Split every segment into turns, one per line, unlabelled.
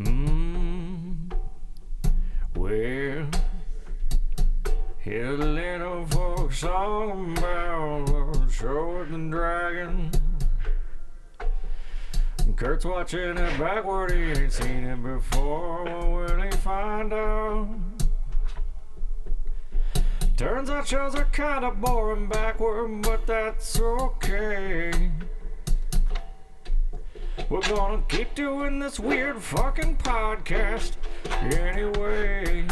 Mm. Well, here's a little folk song about Lord Short and Dragon. Kurt's watching it backward, he ain't seen it before. What will he find out? Turns out shows are kinda boring backward, but that's okay. We're gonna keep doing this weird fucking podcast anyway.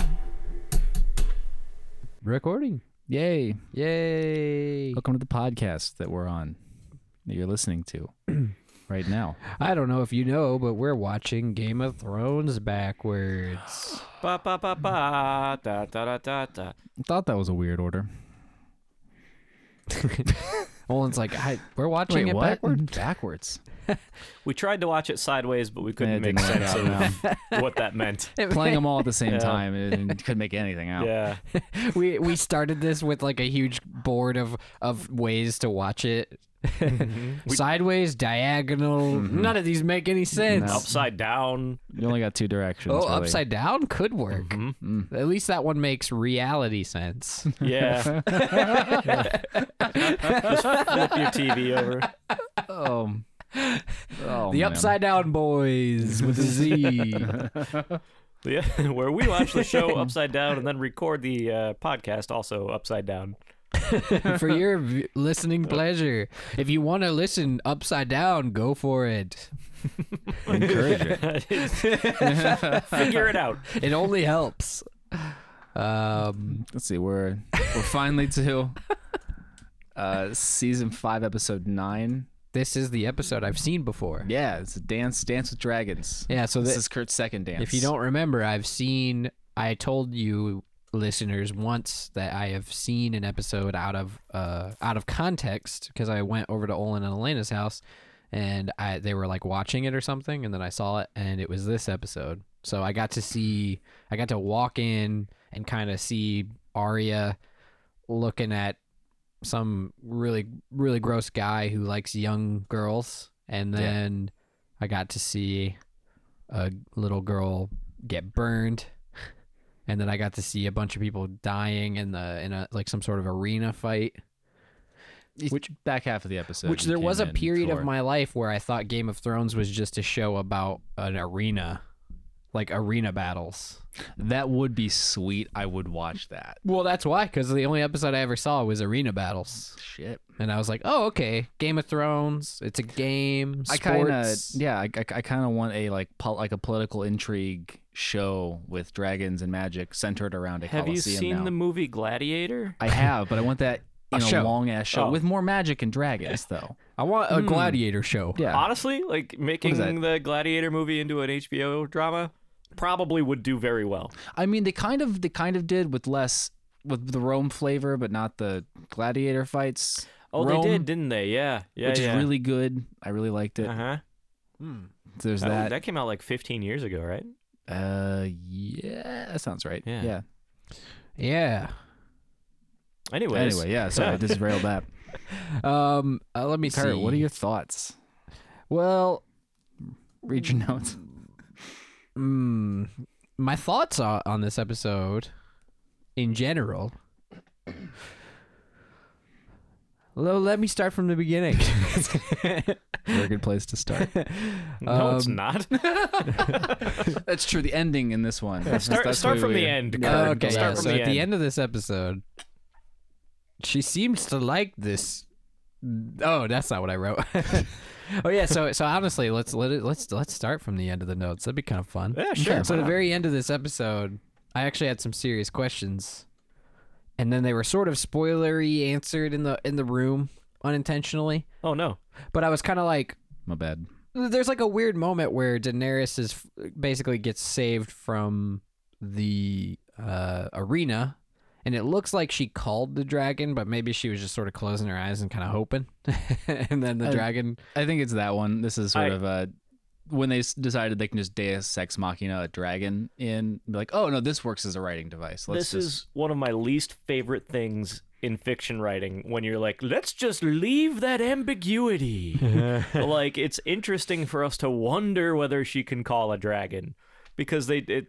Recording.
Yay.
Yay.
Welcome to the podcast that we're on, that you're listening to right now.
I don't know if you know, but we're watching Game of Thrones backwards.
Ba ba ba ba da da da da da.
I thought that was a weird order.
Olin's like, I, we're watching it backward.
Backwards.
We tried to watch it sideways, but we
Yeah,
couldn't
it
make
didn't work
sense
out,
of what that meant.
Playing them all at the same
Yeah.
time and it couldn't make anything out.
Yeah.
we we started this with like a huge board of of ways to watch it.
Mm-hmm.
Sideways, diagonal. None of these make any sense.
Upside down.
You only got two directions.
Oh,
really. Mm-hmm.
upside down could work. Mm. At least that one makes reality sense.
Yeah. Just flip your TV over.
Oh. Oh,
the
man.
upside down boys with a Z.
Yeah, where we watch the show upside down and then record the uh, podcast also upside down.
for your v- listening pleasure. If you want to listen upside down, go for it.
Encourage it.
Figure it out.
It only helps. Um,
Let's see. We're we're finally to uh, season five, episode nine.
this is the episode I've seen before.
Yeah, it's a dance, dance with dragons.
Yeah, so
This
that-
is Kurt's second dance.
if you don't remember, I've seen. I told you listeners once that I have seen an episode out of uh out of context because I went over to Olin and Elena's house and I they were like watching it or something and then I saw it and it was this episode. So I got to see I got to walk in and kind of see Arya looking at some really really gross guy who likes young girls and
Yeah.
then I got to see a little girl get burned and then I got to see a bunch of people dying in the in a like some sort of arena fight
which back half of the episode,
which
you
there was a
came in
period
for-
of my life where I thought Game of Thrones was just a show about an arena like arena battles
That would be sweet. I would watch that.
well that's why cuz the only episode I ever saw was arena battles
Shit.
and I was like oh okay Game of Thrones it's a game
I kind of
sports.
yeah. I, I, kind of want a like pol- like a political intrigue show with dragons and magic centered around a
Have you
Colosseum
seen
now.
the movie Gladiator?
I have, but I want that
A
in a,
show.
long ass show
Oh.
with more magic and dragons though.
I want a gladiator show
hmm. Yeah.
Honestly, like
that?
making the Gladiator movie into an HBO drama probably would do very well.
I mean, they kind of they kind of did with less with the Rome flavor, but not the gladiator fights.
Oh,
Rome,
they did, didn't they? Yeah. Yeah.
which is
yeah.
really good. I really liked it.
Uh-huh.
There's
That,
that.
that came out like 15 years ago, right?
Uh, yeah, that sounds right.
Yeah.
yeah.
yeah
Anyways,
Anyway, yeah. Sorry, I disrailed that.
um uh, let me
Kurt,
see
what are your thoughts?
well
Read your notes.
Mm, my thoughts o- on this episode in general. Well, let me start from the beginning.
Very good place to start.
no, it's
um,
not.
That's true. The ending in this one. That's-
Start,
that's
start
where
from
we-
the end.
Oh,
Kurt.
okay,
start
yeah,
from
so
the
at
end.
the end of this episode, she seems to like this. Oh, that's not what I wrote. oh yeah, so so honestly, let's let it, let's let's start from the end of the notes. That'd be kind of fun.
Yeah, sure.
So the very end of this episode, I actually had some serious questions, and then they were sort of spoilery answered in the in the room unintentionally.
Oh no.
But I was kind of like,
My bad.
there's like a weird moment where Daenerys is basically gets saved from the uh, arena, and it looks like she called the dragon, but maybe she was just sort of closing her eyes and kind of hoping, and then the
Uh,
dragon.
I think it's that one. This is sort
I-
of a when they s- decided they can just Deus Ex Machina a dragon in. Be like, oh no, this works as a writing device. Let's
this
just,
is one of my least favorite things in fiction writing when you're like, let's just leave that ambiguity. like it's interesting for us to wonder whether she can call a dragon. because they it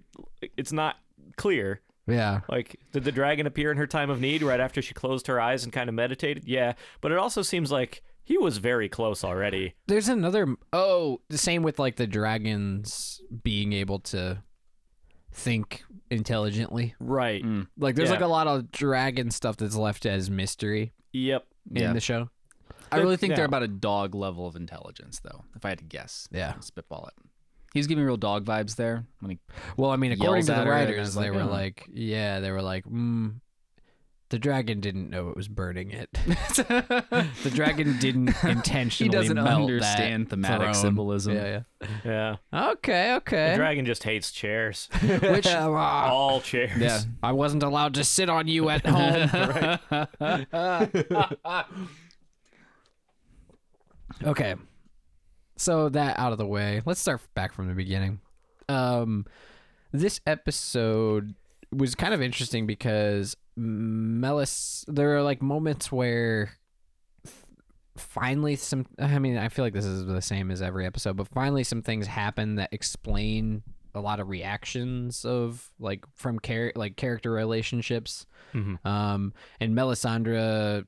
it's not clear.
Yeah.
Like, did the dragon appear in her time of need right after she closed her eyes and kind of meditated? Yeah, but it also seems like he was very close already.
There's another. Oh, the same with like the dragons being able to think intelligently.
Right.
Like there's
Yeah.
like a lot of dragon stuff that's left as mystery
Yep.
Yeah.
in the show.
I really think they're
yeah.
about a dog level of intelligence, though. If I had to guess,
Yeah.
spitball it. He's giving me real dog vibes there. When he,
Well, I mean,
Yells
according to
at her
the
and
writers,
is
they
like,
were
"Oh."
like, yeah, they were like, mm, the dragon didn't know it was burning it. the dragon didn't intentionally.
doesn't
melt
understand
that
thematic
throne.
symbolism.
Yeah,
Yeah.
yeah. Okay,
The
okay.
dragon just hates chairs.
Which
All chairs.
yeah, I wasn't allowed to sit on you at home. Okay. So that out of the way, let's start back from the beginning. Um this episode was kind of interesting because Melis there are like moments where finally some I mean, I feel like this is the same as every episode, but finally some things happen that explain a lot of reactions of like from char- like character relationships. Um, and Melisandre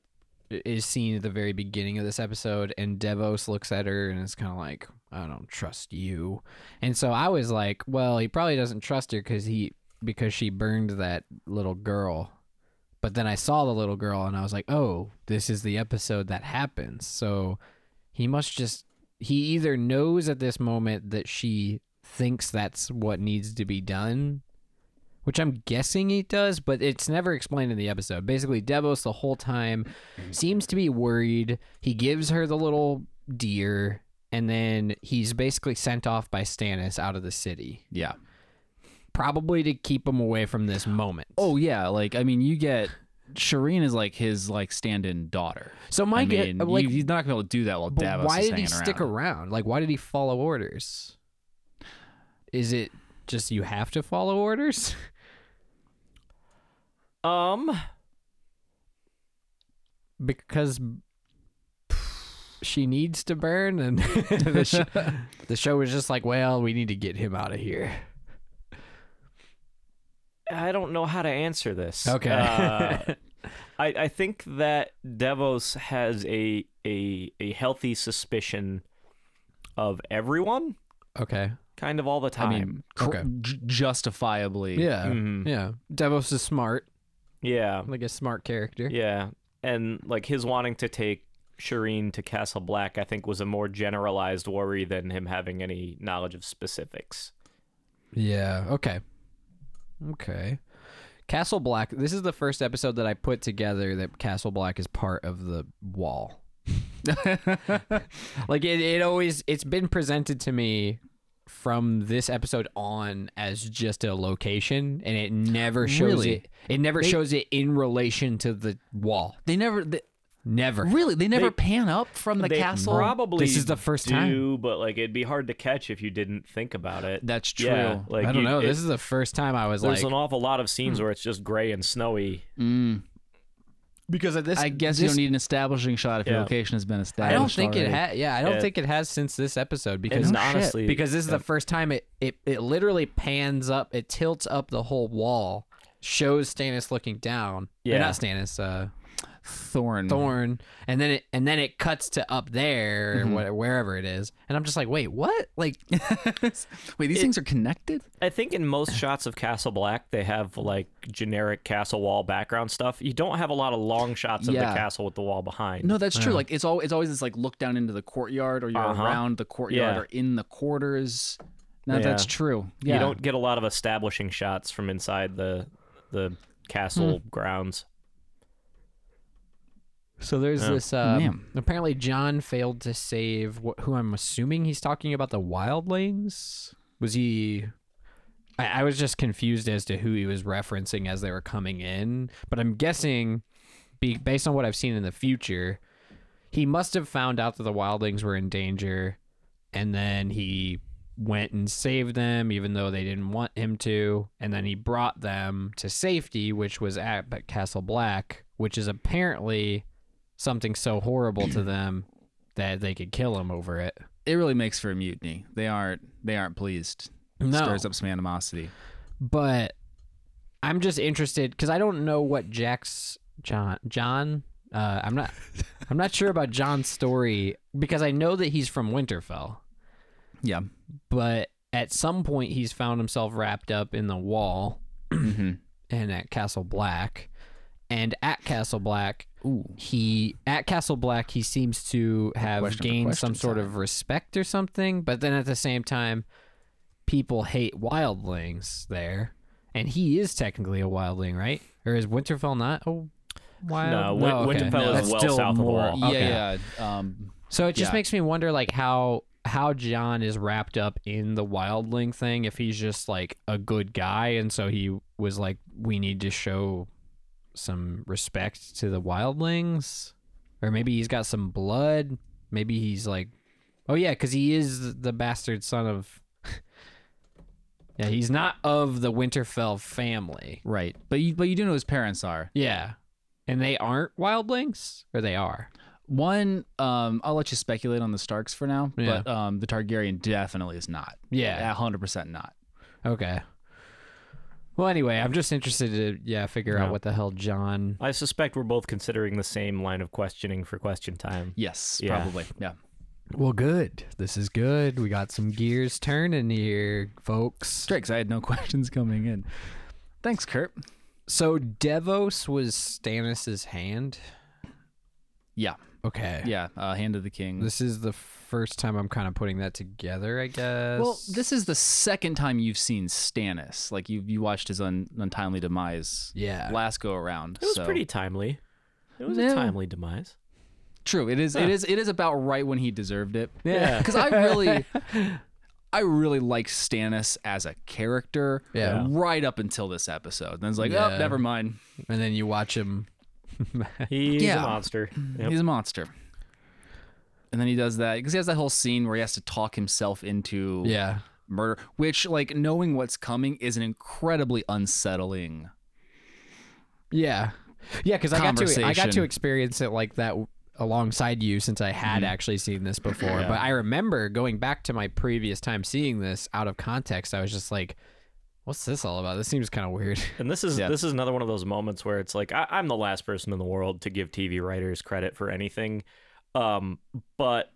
is seen at the very beginning of this episode, and Devos looks at her and is kind of like, "I don't trust you." And so I was like, "Well, he probably doesn't trust her because he because she burned that little girl." But then I saw the little girl and I was like, "Oh, this is the episode that happens." So he must just he either knows at this moment that she thinks that's what needs to be done which I'm guessing he does, but it's never explained in the episode. Basically, Devos the whole time seems to be worried. He gives her the little deer, and then he's basically sent off by Stannis out of the city,
yeah.
probably to keep him away from this moment.
Oh yeah, like I mean, you get Shireen is like his like stand-in daughter.
so
I
my ge-
mean,
like,
you, he's not gonna be able to do that while
but
Davos
why
is
did he
hanging
stick
around.
around? Like, why did he follow orders? Is it just you have to follow orders?
Um.
because she needs to burn and the, sh- the show was just like well we need to get him out of here
I don't know how to answer this.
Okay.
Uh, I, I think that Devos has a a a healthy suspicion of everyone,
okay
kind of all the time.
I mean, cr-
Okay.
j- justifiably.
yeah
Mhm.
Mm-hmm.
yeah devos is smart
yeah,
like a smart character
yeah, and like his wanting to take Shireen to Castle Black, I think, was a more generalized worry than him having any knowledge of specifics.
yeah okay okay castle black this is the first episode that i put together that castle black is part of the wall like it, it always it's been presented to me from this episode on as just a location and it never shows
Really?
it it never shows it in relation to the wall
They never. They,
never
really, they never pan up from the
They
castle.
probably
This is the first
do,
time.
but like it'd be hard to catch if you didn't think about it.
That's true.
Yeah, like
i don't
you-
know
it-
this is the first time i was
there's
like
an awful lot of
Hmm.
scenes where it's just gray and snowy.
because of this
I guess you don't need an establishing shot if your
Yeah.
location has been
i
established.
don't think it
already.
has yeah i don't
Yeah.
think it has since this episode because
And honestly,
because this is the first time it, it it literally pans up it tilts up the whole wall shows stannis looking down Or
Yeah.
not stannis uh
Thorn.
thorn and then it and then it cuts to up there or wha- wherever it is and i'm just like wait what like
Wait, these things are connected.
I think in most shots of Castle Black, they have like generic castle wall background stuff. You don't have a lot of long shots of
Yeah.
the castle with the wall behind.
No, that's true. Like it's all it's always this like look down into the courtyard, or you're
Uh-huh.
around the courtyard,
Yeah.
or in the quarters. No,
Yeah.
that's true. Yeah.
You don't get a lot of establishing shots from inside the the castle
Hmm.
grounds.
so there's this
man.
um, apparently john failed to save wh- who i'm assuming he's talking about the wildlings was he I, I was just confused as to who he was referencing as they were coming in but i'm guessing be, based on what i've seen in the future he must have found out that the wildlings were in danger and then he went and saved them even though they didn't want him to and then he brought them to safety which was at castle black which is apparently something so horrible to them that they could kill him over it
It really makes for a mutiny. They aren't. They aren't pleased.
No.
stirs up some animosity.
but I'm just interested because I don't know what Jack's John John. Uh, I'm not. I'm not sure about John's story because I know that he's from Winterfell,
Yeah.
but at some point he's found himself wrapped up in the wall
hmm
and at Castle Black, and at Castle Black.
Ooh.
He at Castle Black he seems to have
Question for
gained some
question
sort of respect or something, but then at the same time, people hate wildlings there, and he is technically a wildling, right? Or is Winterfell not a wild?
No,
Oh,
Win-
okay.
Winterfell is
That's
well
still
south of the
more-
wall.
Yeah,
Oh, okay.
yeah. Um,
So it just
Yeah.
makes me wonder, like how how John is wrapped up in the wildling thing. If he's just like a good guy, and so he was like, we need to show some respect to the wildlings, or maybe he's got some blood. Maybe he's like, oh yeah, because he is the bastard son of. yeah, he's not of the Winterfell family.
right. But you, but you do know his parents are.
Yeah, and they aren't wildlings, or they are.
One, um, I'll let you speculate on the Starks for now,
Yeah.
but um, the Targaryen definitely is not.
Yeah.
100% not.
Okay. Well, anyway, I'm just interested to yeah figure out
Yeah.
what the hell John.
I suspect we're both considering the same line of questioning for question time.
Yes,
Yeah.
probably. Yeah.
Well, good. This is good. We got some gears turning here, folks.
Strix, I had no questions coming in. Thanks, Kurt.
So Devos was Stannis's hand.
Yeah.
Okay.
Yeah. Uh, Hand of the King.
This is the first time I'm kind of putting that together, I guess.
well, this is the second time you've seen Stannis. Like, you you watched his un, untimely demise
Yeah.
last go around.
It was
so.
pretty timely. It was
Yeah.
a timely demise.
True. It is.
Huh.
It is. It is about right when he deserved it.
Yeah.
Because I really, I really like Stannis as a character.
Yeah.
Right up until this episode, then it's like,
Yeah.
oh, never mind.
And then you watch him.
He's
Yeah.
a monster. Yep.
He's a monster. And then he does that because he has that whole scene where he has to talk himself into
Yeah.
murder, which, like, knowing what's coming is an incredibly unsettling.
Yeah. Yeah, because I got to I got to
Conversation.
experience it like that w- alongside you since I
Mm-hmm.
had actually seen this before. But I remember going back to my previous time seeing this out of context. I was just like, "What's this all about? This seems kind of weird."
And this is
Yeah.
this is another one of those moments where it's like I, I'm the last person in the world to give TV writers credit for anything, um, but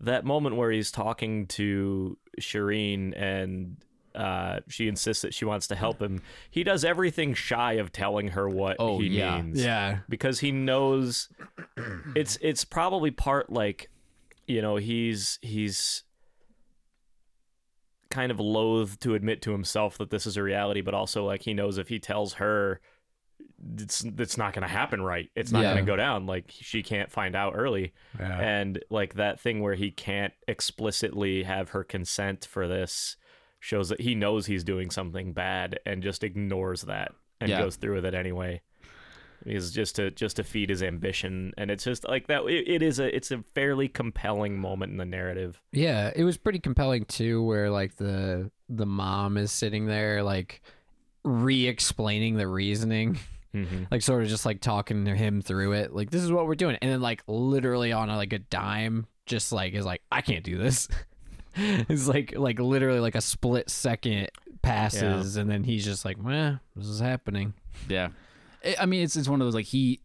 that moment where he's talking to Shireen and uh, she insists that she wants to help him, he does everything shy of telling her what
Oh,
he
yeah.
means
yeah.
because he knows it's it's probably part like you know he's he's kind of loath to admit to himself that this is a reality but also like he knows if he tells her it's it's not going to happen right it's not
Yeah.
going to go down like she can't find out early
Uh-huh.
Yeah.
and like that thing where he can't explicitly have her consent for this shows that he knows he's doing something bad and just ignores that and
Yeah.
goes through with it anyway is just to just to feed his ambition and it's just like that it, it is a it's a fairly compelling moment in the narrative
it was pretty compelling too where like the the mom is sitting there like re-explaining the reasoning
mm-hmm.
like sort of just like talking to him through it like this is what we're doing and then like literally on a, like a dime just like is like i can't do this it's like like literally like a split second passes and then he's just like meh this is happening
Yeah. I- I mean, it's it's one of those like he.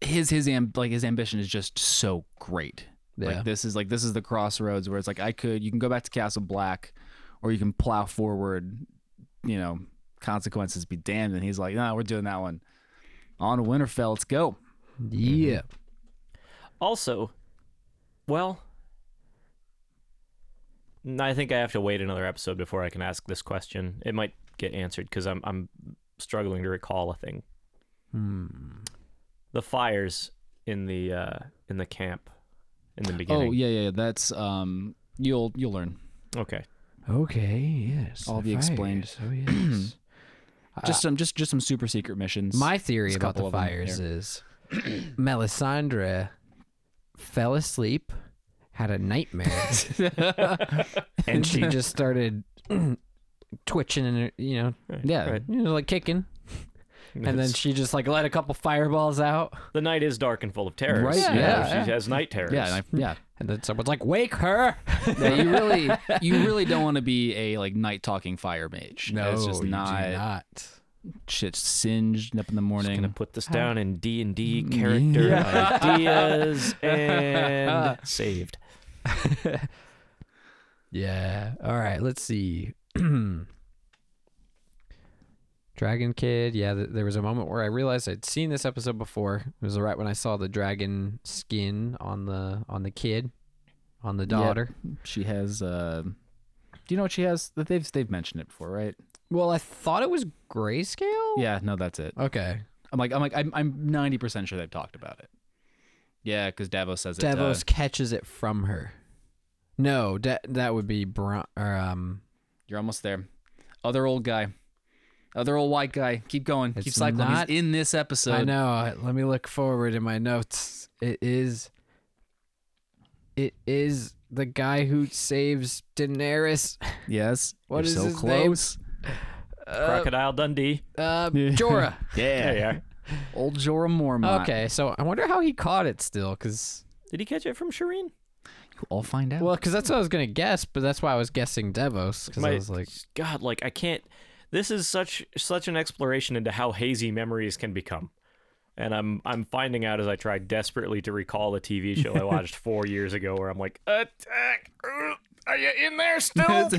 His his am, like his ambition is just so great.
Yeah.
Like this is like this is the crossroads where it's like I could you can go back to Castle Black, or you can plow forward. You know, consequences be damned. And he's like, nah, we're doing that one. On to Winterfell, let's go.
yeah
also well i think i have to wait another episode before i can ask this question it might get answered because i'm i'm struggling to recall a thing
mm-hmm.
Hmm.
the fires in the uh, in the camp in the beginning.
Oh yeah, yeah, yeah. That's um, you'll you'll learn.
Okay.
okay yes
All be
fires.
explained.
oh yes
Just some just just some super secret missions.
Uh, My theory
There's a
about the
couple of 'em
fires is Melisandre fell asleep, had a nightmare, and she just started twitching and you know,
yeah.
Right.
you know, like kicking. and then she just like let a couple fireballs out,
The night is dark and full of terrors.
Right,
you know,
yeah,
she has night terrors.
Yeah, and I, yeah.
and then someone's like, "Wake her!"
Yeah, you really, you really don't want to be a like night talking fire mage. it's just
you do
not,
not.
shit singed up in the morning.
gonna put this down in D and D character ideas and saved.
Yeah. All right. Let's see. dragon Kid. Yeah. Th- there was a moment where I realized I'd seen this episode before. It was right when I saw the dragon skin on the on the kid, on the daughter.
She has. Uh, do you know what she has? That they've they've mentioned it before, right?
Well, I thought it was grayscale.
Yeah, no, that's it.
Okay.
I'm like, I'm like, I'm I'm ninety percent sure they've talked about it. Yeah, because Davos says it. uh,
Davos catches it from her. No, that that would be Bron- or um.
you're almost there. Other old guy, other old white guy. Keep going. Keep
It's
cycling.
not-
He's in this episode.
I know. Let me look forward in my notes. It is. It is the guy who saves Daenerys.
Yes.
What
What is
is
you're so
his name?
close.
Crocodile Dundee.
Uh, Jorah.
Yeah.
There you are.
Old Jorah Mormont.
Okay, so I wonder how he caught it still, because
Did he catch it from Shireen?
I'll find out.
well, because that's what I was gonna guess, but that's why I was guessing Devos, because
My-
I was like,
God, like I can't. This is such such an exploration into how hazy memories can become, and I'm I'm finding out as I try desperately to recall a TV show I watched four years ago, where I'm like, attack. uh, Are you in there still?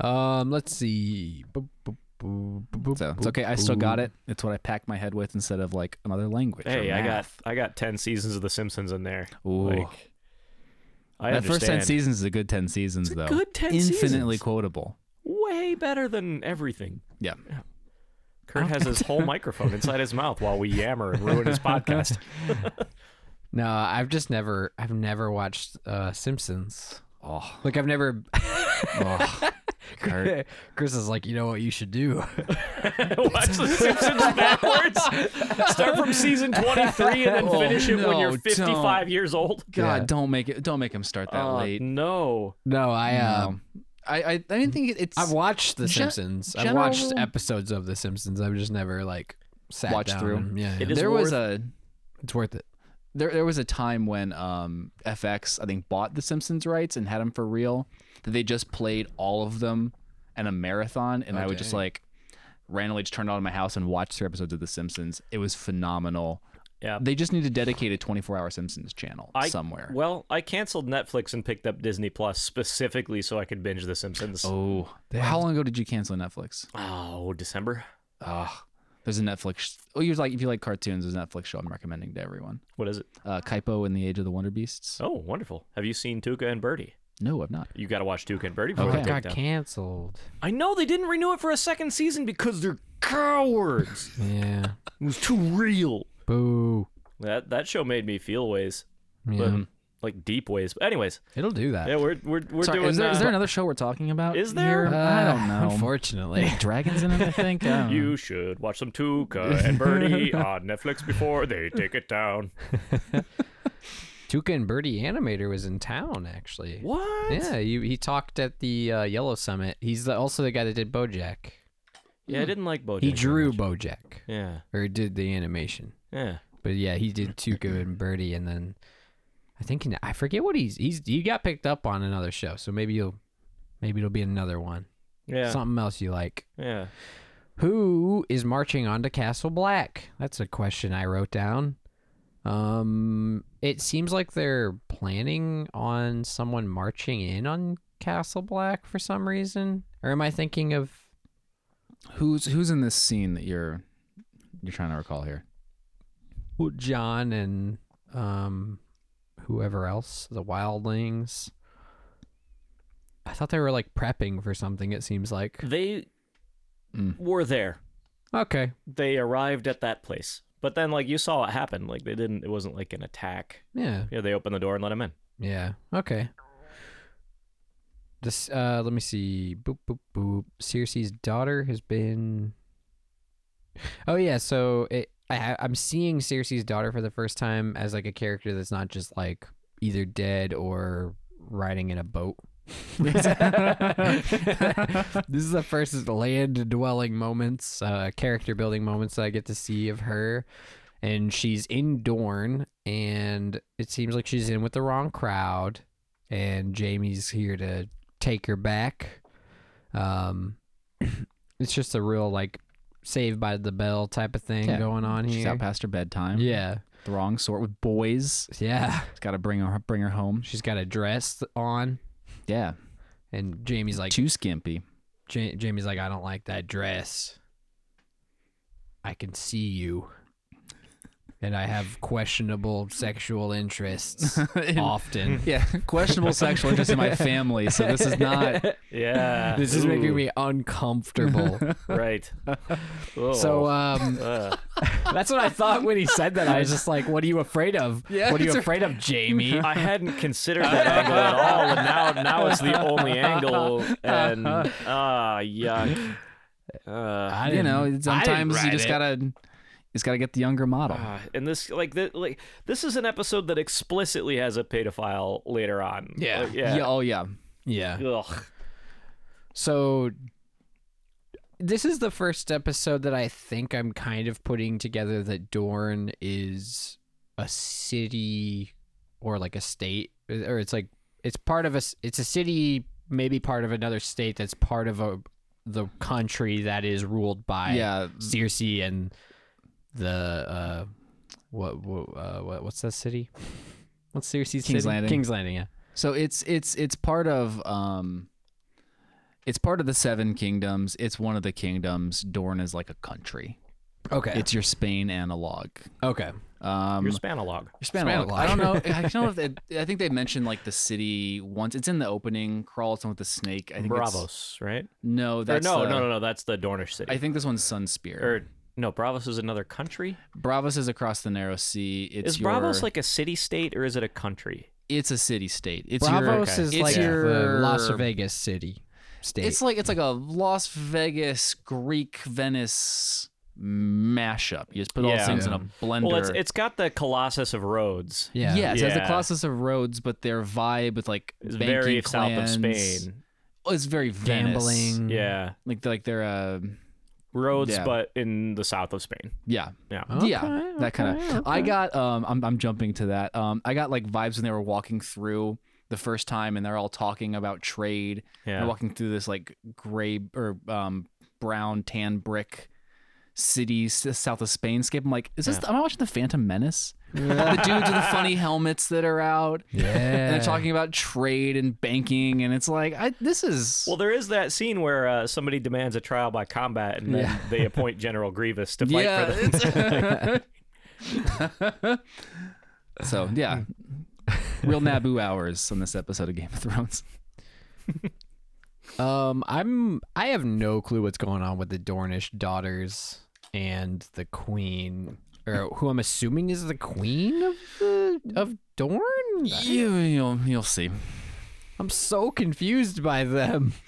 um, let's see. Boop, boop, boop, boop, boop,
so it's okay. I still got it. It's what I packed my head with instead of like another language. or
hey, I got
math.
I got ten seasons of The Simpsons in there.
Ooh.
Like, I
that first ten
understand.
seasons is a good ten seasons though.
good 10
Infinitely
seasons.
quotable.
way better than everything.
Yeah.
Kurt has his whole microphone inside his mouth while we yammer and ruin his podcast.
No, I've just never, I've never watched uh, Simpsons.
Oh,
Like I've never.
oh, Kurt.
Chris is like, you know what you should do.
Watch The Simpsons backwards. Start from season 23 and then
Oh,
finish it when
no,
you're 55
don't.
years old.
God,
Yeah.
don't make it. Don't make him start that
Uh,
late.
No.
No, I um,
Um, I, I I didn't think it, it's.
I've watched The
Ge-
Simpsons. I've watched
general-
episodes of The Simpsons. I've just never like sat
Watched
down
through.
and- yeah,
It
yeah.
is
there was
worth-
a
it's worth it.
there there was a time when um, FX I think bought the Simpsons rights and had them for real that they just played all of them in a marathon and I would just
dang.
like randomly just turn on in my house and watch three episodes of the Simpsons. It was phenomenal.
Yeah.
They just need to dedicate a 24-hour Simpsons channel
I-
somewhere.
Well, I canceled Netflix and picked up Disney Plus specifically so I could binge The Simpsons. Oh,
oh. How long ago did you cancel Netflix?
December.
Ugh. There's a Netflix. Oh, you're like if you like cartoons, there's a Netflix show I'm recommending to everyone.
What is it?
Uh, Kaipo and the Age of the Wonder Beasts.
Oh, wonderful. Have you seen Tuca and Birdie?
No, I've not.
You got to watch Tuca and Birdie
Oh,
before
it
they
got
take down.
canceled.
I know they didn't renew it for a second season because they're cowards.
Yeah.
it was too real.
Boo.
That that show made me feel ways,
Yeah.
but like deep ways. But anyways,
It'll do that.
yeah, we're we're we're
Sorry,
doing.
is, there, is
uh,
there another show we're talking about?
Is there?
here? I don't
Uh,
know.
Unfortunately.
dragons in it, I think. I don't know.
um,
you should watch some Tuca and Birdie on Netflix before they take it down.
Tuca and Birdie Animator was in town actually.
What?
Yeah, you, he talked at the uh, Yellow Summit. He's the, also the guy that did BoJack.
Yeah, I didn't like Bojack.
He
very
drew
much.
BoJack
Yeah,
or did the animation.
yeah.
But yeah, he did Tuca and Birdie, and then I think he- I forget what he's he's he got picked up on another show, so maybe you'll maybe it'll be another one,
Yeah,
something else you like.
yeah.
Who is marching on to Castle Black? That's a question I wrote down. Um, it seems like they're planning on someone marching in on Castle Black for some reason, or am I thinking of?
Who's who's in this scene that you're you're trying to recall here?
Well, John and um, whoever else, the wildlings. I thought they were like prepping for something. It seems like
They
Mm.
were there.
okay,
They arrived at that place, but then like you saw it happen. Like they didn't. It wasn't like an attack.
yeah,
Yeah, they opened the door and let him in.
yeah, okay. This uh, let me see. Boop boop boop. Circe's daughter has been. Oh yeah, so it, I I'm seeing Circe's daughter for the first time as like a character that's not just like either dead or riding in a boat. this is the first land dwelling moments, uh, character building moments that I get to see of her. And she's in Dorne, and it seems like she's in with the wrong crowd. And Jamie's here to take her back. Um, it's just a real, like, saved by the bell type of thing
Yeah.
going on
She's out
here.
past her bedtime.
Yeah.
The wrong sort with boys.
Yeah.
It's got to bring her bring her home.
She's got a dress on,
Yeah.
and Jamie's like,
Too skimpy.
Ja- Jamie's like, I don't like that dress. I can see you. And I have questionable sexual interests often.
Yeah. Questionable sexual interest in my family. So this is not.
Yeah.
This is making
Ooh,
me uncomfortable.
right. Oh,
so um,
uh,
that's what I thought when he said that. I was just like, "What are you afraid of?
Yeah,
what are you
that's
afraid of, Jamie?"
I hadn't considered that angle at all, and now now it's the only angle. And ah, yuck. Uh,
I
You know,
didn't- I didn't
sometimes you
write
just
it.
gotta, you just gotta get the younger model.
ah, and this like th- like this is an episode that explicitly has a pedophile later on.
Yeah.
Like, yeah.
Oh yeah.
Yeah.
Ugh.
So this is the first episode that I think I'm kind of putting together that Dorne is a city or like a state or it's like it's part of a s- it's a city maybe part of another state that's part of a the country that is ruled by
Yeah.
Cersei and the uh what what, uh, what what's that city? What's Cersei's
King's
city?
Landing.
King's Landing, yeah.
So it's it's it's part of um it's part of the seven kingdoms. It's one of the kingdoms. Dorne is like a country.
Okay.
It's your Spain analog.
okay.
Um
Your spanologue.
Spain-
Spain-
I don't know. I don't know if they, I think they mentioned like the city once. It's in the opening. Crawl. It's one with the snake. I think it's-
Bravos, right?
No,
Or
that's
no,
uh,
no, no, no. That's the Dornish city.
I think this one's Sunspear.
or no, Bravos is another country.
Bravos is across the narrow sea. It's
is
your,
Bravos like a city state or is it a country?
it's a city state. It's your,
Bravos is
it's
like
your
the Las Vegas city state.
It's like it's like a Las Vegas Greek Venice mashup. You just put all
Yeah.
those things
Yeah.
in a blender.
Well, it's it's got the Colossus of Rhodes.
yeah.
yeah, it has the
Yeah.
Colossus of Rhodes, but their vibe with like
It's
banking
very
clans. Mm-hmm.
south of Spain.
Oh, it's very Venice.
gambling.
Yeah,
like they're, like they're uh,
Rhodes,
Yeah. Oh.
but in the south of Spain.
yeah.
Yeah.
yeah, that kind of. I got um, I'm I'm jumping to that. Um, I got like vibes when they were walking through the first time, and they're all talking about trade.
Yeah.
They're walking through this like gray or um brown tan brick city s- south of Spain scape. I'm like, is this? Am I watching the Phantom Menace? the dudes with the funny helmets that are out,
Yeah.
and they're talking about trade and banking, and it's like, I this is
Well, there is that scene where uh, somebody demands a trial by combat, and then
Yeah.
they appoint General Grievous to fight for them.
yeah. it's- so yeah, real Naboo hours on this episode of Game of Thrones.
Um, I'm. I have no clue what's going on with the Dornish daughters and the queen, or who I'm assuming is the queen of the of Dorne.
You, you'll you'll see.
I'm so confused by them.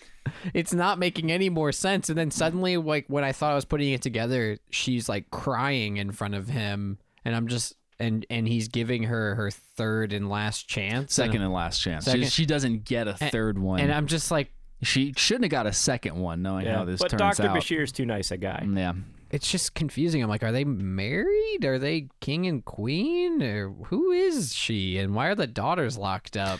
It's not making any more sense. And then suddenly, like when I thought I was putting it together, she's like crying in front of him, and I'm just and and he's giving her her third and last chance.
Second and last chance. She,
Second-
she doesn't get a third one.
and, and I'm just like,
she shouldn't have got a second one, knowing how this
but
turns
Dr.
out. Mm.
Bashir's too nice a guy.
Yeah,
it's just confusing. I'm like, are they married? Are they king and queen? Or who is she? And why are the daughters locked up?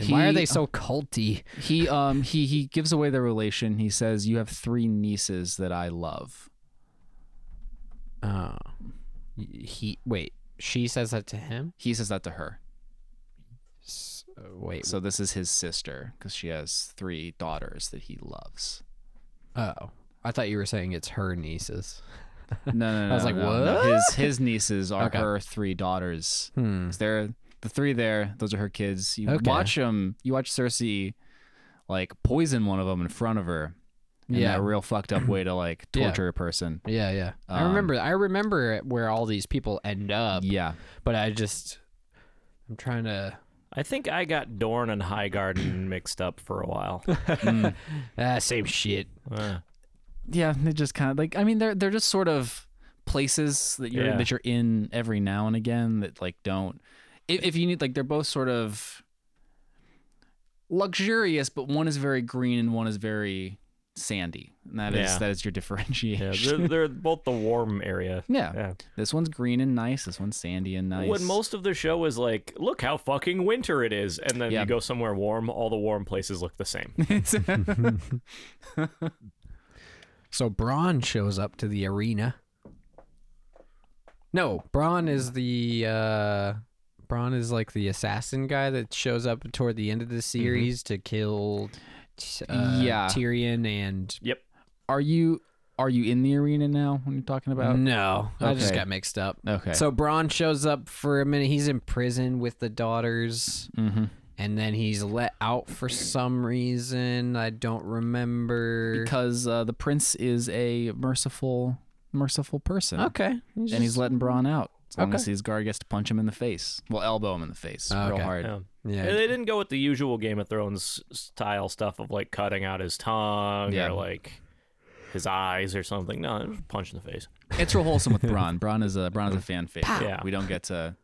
And why are
He-
they so culty?
he um he he gives away their relation. He says, "You have three nieces that I love."
Oh, he wait. She says that to him.
He says that to her.
S- uh, Wait.
So this is his sister because she has three daughters that he loves.
Oh, I thought you were saying it's her nieces.
No, no, no.
I was like,
no, no.
"What?"
His his nieces are
Okay.
her three daughters.
Hmm.
'Cause They're the three there. Those are her kids. You
Okay.
watch them. You watch Cersei like poison one of them in front of her. In
Yeah.
that real fucked up way to like
Yeah.
torture a person.
Yeah, yeah. I
Um,
remember. I remember where all these people end up.
Yeah.
But I just, I'm trying to.
I think I got Dorn and Highgarden mixed up for a while.
Ah, same shit.
Uh,
Yeah. They just kind of like. I mean, they're they're just sort of places that you're
Yeah.
that you're in every now and again that like don't. If, if you need like, they're both sort of. luxurious, but one is very green and one is very sandy. And that is
Yeah.
that is your differentiation.
Yeah, they're, they're both the warm area.
Yeah.
Yeah.
This one's green and nice. This one's sandy and nice.
When most of the show is like, look how fucking winter it is, and then
Yeah.
you go somewhere warm, all the warm places look the same.
So Braun shows up to the arena. No, Braun is the uh Braun is like the assassin guy that shows up toward the end of the series to kill t- uh,
Yeah.
Tyrion and
yep.
are you are you in the arena now when you're talking about?
no, I just
Okay.
got mixed up.
Okay.
Mm-hmm. So Braun shows up for a minute. He's in prison with the daughters,
mm-hmm.
and then he's let out for some reason. I don't remember.
because uh, the prince is a merciful merciful person.
okay,
And he's letting Braun out. As long
Okay.
as his guard gets to punch him in the face. Well, elbow him in the face
Oh,
real
okay.
hard.
Yeah. And
yeah.
They didn't go with the usual Game of Thrones style stuff of like cutting out his tongue
Yeah.
or like his eyes or something. No, it was a punch in the face.
It's real wholesome with Braun. Braun is a
Mm.
Braun is a fan favorite.
Yeah.
We don't get to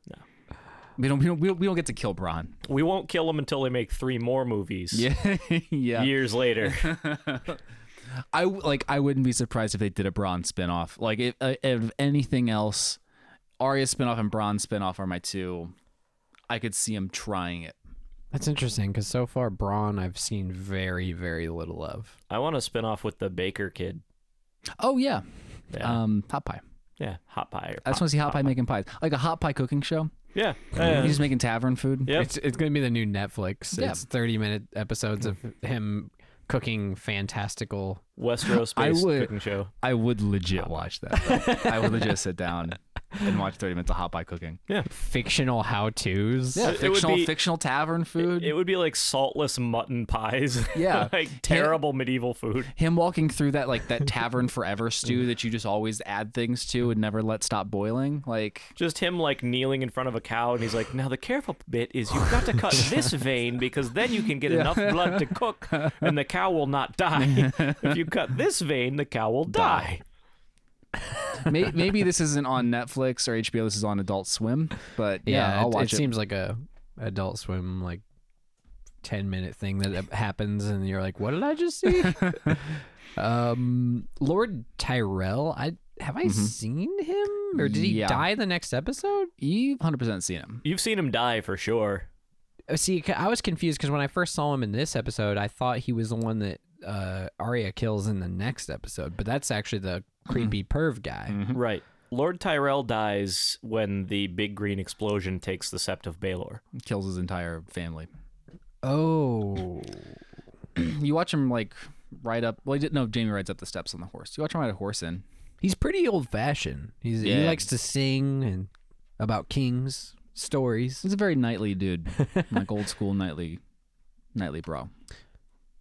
we don't we don't we don't- we don't get to kill Braun.
We won't kill him until they make three more movies.
yeah.
Years later,
I w- like I wouldn't be surprised if they did a Braun spinoff. Like if, uh, if anything else, Arya spinoff and Braun spinoff are my two. I could see him trying it.
That's interesting because so far Braun I've seen very very little of.
I want to spin off with the Baker kid.
Oh yeah,
Yeah,
um, hot pie.
yeah, hot pie. Or
I just want to see hot pie making pies, like a hot pie cooking show.
Yeah,
He's
yeah.
just making tavern food.
Yep.
It's it's gonna be the new Netflix.
Yeah.
It's thirty minute episodes of him cooking fantastical.
Westeros
I
based
would-
cooking show.
I would legit watch that. I would legit sit down and watch thirty minutes of hot pie cooking.
Fictional how to's.
It- it would
fictional
be-
fictional tavern food.
It would be like saltless mutton pies.
Yeah.
like terrible medieval food.
him walking through that like that tavern forever stew that you just always add things to and never let stop boiling. Like
Just him like kneeling in front of a cow and he's like, now the careful bit is you've got to cut this vein because then you can get enough blood to cook and the cow will not die. if you cut this vein, the cow will die.
May- maybe this isn't on Netflix or HBO. This is on Adult Swim. But yeah, I'll
it,
watch
it
it.
seems like a Adult Swim like ten minute thing that happens, and you're like, "What did I just see?" um, Lord Tyrell. I have I seen him, or did he
Mm-hmm. Yeah.
die the next episode?
You've hundred percent seen him.
You've seen him die for sure.
Uh, See, c- I was confused because when I first saw him in this episode, I thought he was the one that uh, Arya kills in the next episode, but that's actually the
Mm-hmm.
creepy perv guy.
Right. Lord Tyrell dies when the big green explosion takes the Sept of Baelor.
Kills his entire family.
Oh,
You watch him like ride up. Well, he didn't, no, Jamie rides up the steps on the horse. You watch him ride a horse in.
he's pretty old fashioned. He's he
Yeah.
likes to sing and about kings stories.
He's a very knightly dude, like old school knightly, knightly bro.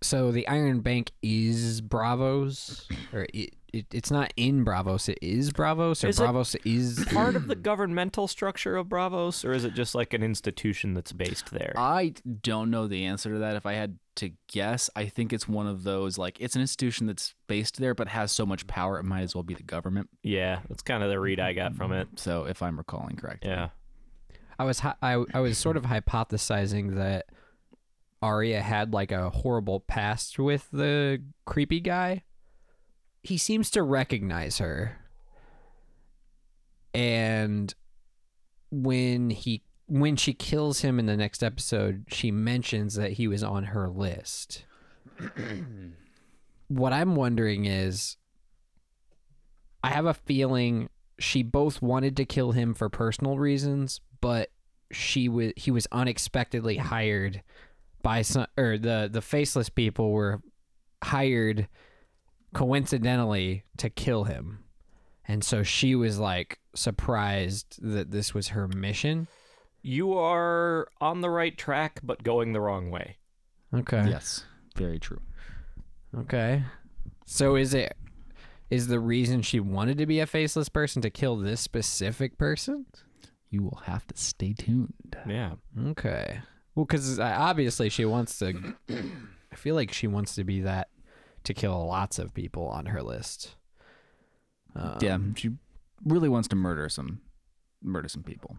So the Iron Bank is Bravos, or it, it it's not in Bravos. It is Bravos, or
Is it
Bravos is
Part of the governmental structure of Bravos, or is it just like an institution that's based there?
I don't know the answer to that. If I had to guess, I think it's one of those like it's an institution that's based there but has so much power it might as well be the government.
Yeah, that's kind of the read I got from it.
So if I'm recalling correctly,
Yeah.
I was hi- I I was sort of hypothesizing that Arya had like a horrible past with the creepy guy. He seems to recognize her. And when he when she kills him in the next episode, she mentions that he was on her list. what I'm wondering is I have a feeling she both wanted to kill him for personal reasons, but she was he was unexpectedly hired by some or the the faceless people were hired coincidentally to kill him. And so she was like surprised that this was her mission.
You are on the right track, but going the wrong way.
Okay.
yes, very true.
Okay. So is it is the reason she wanted to be a faceless person to kill this specific person?
You will have to stay tuned.
Yeah.
Okay. Well, because obviously she wants to. I feel like she wants to be that to kill lots of people on her list. Um,
yeah, she really wants to murder some murder some people.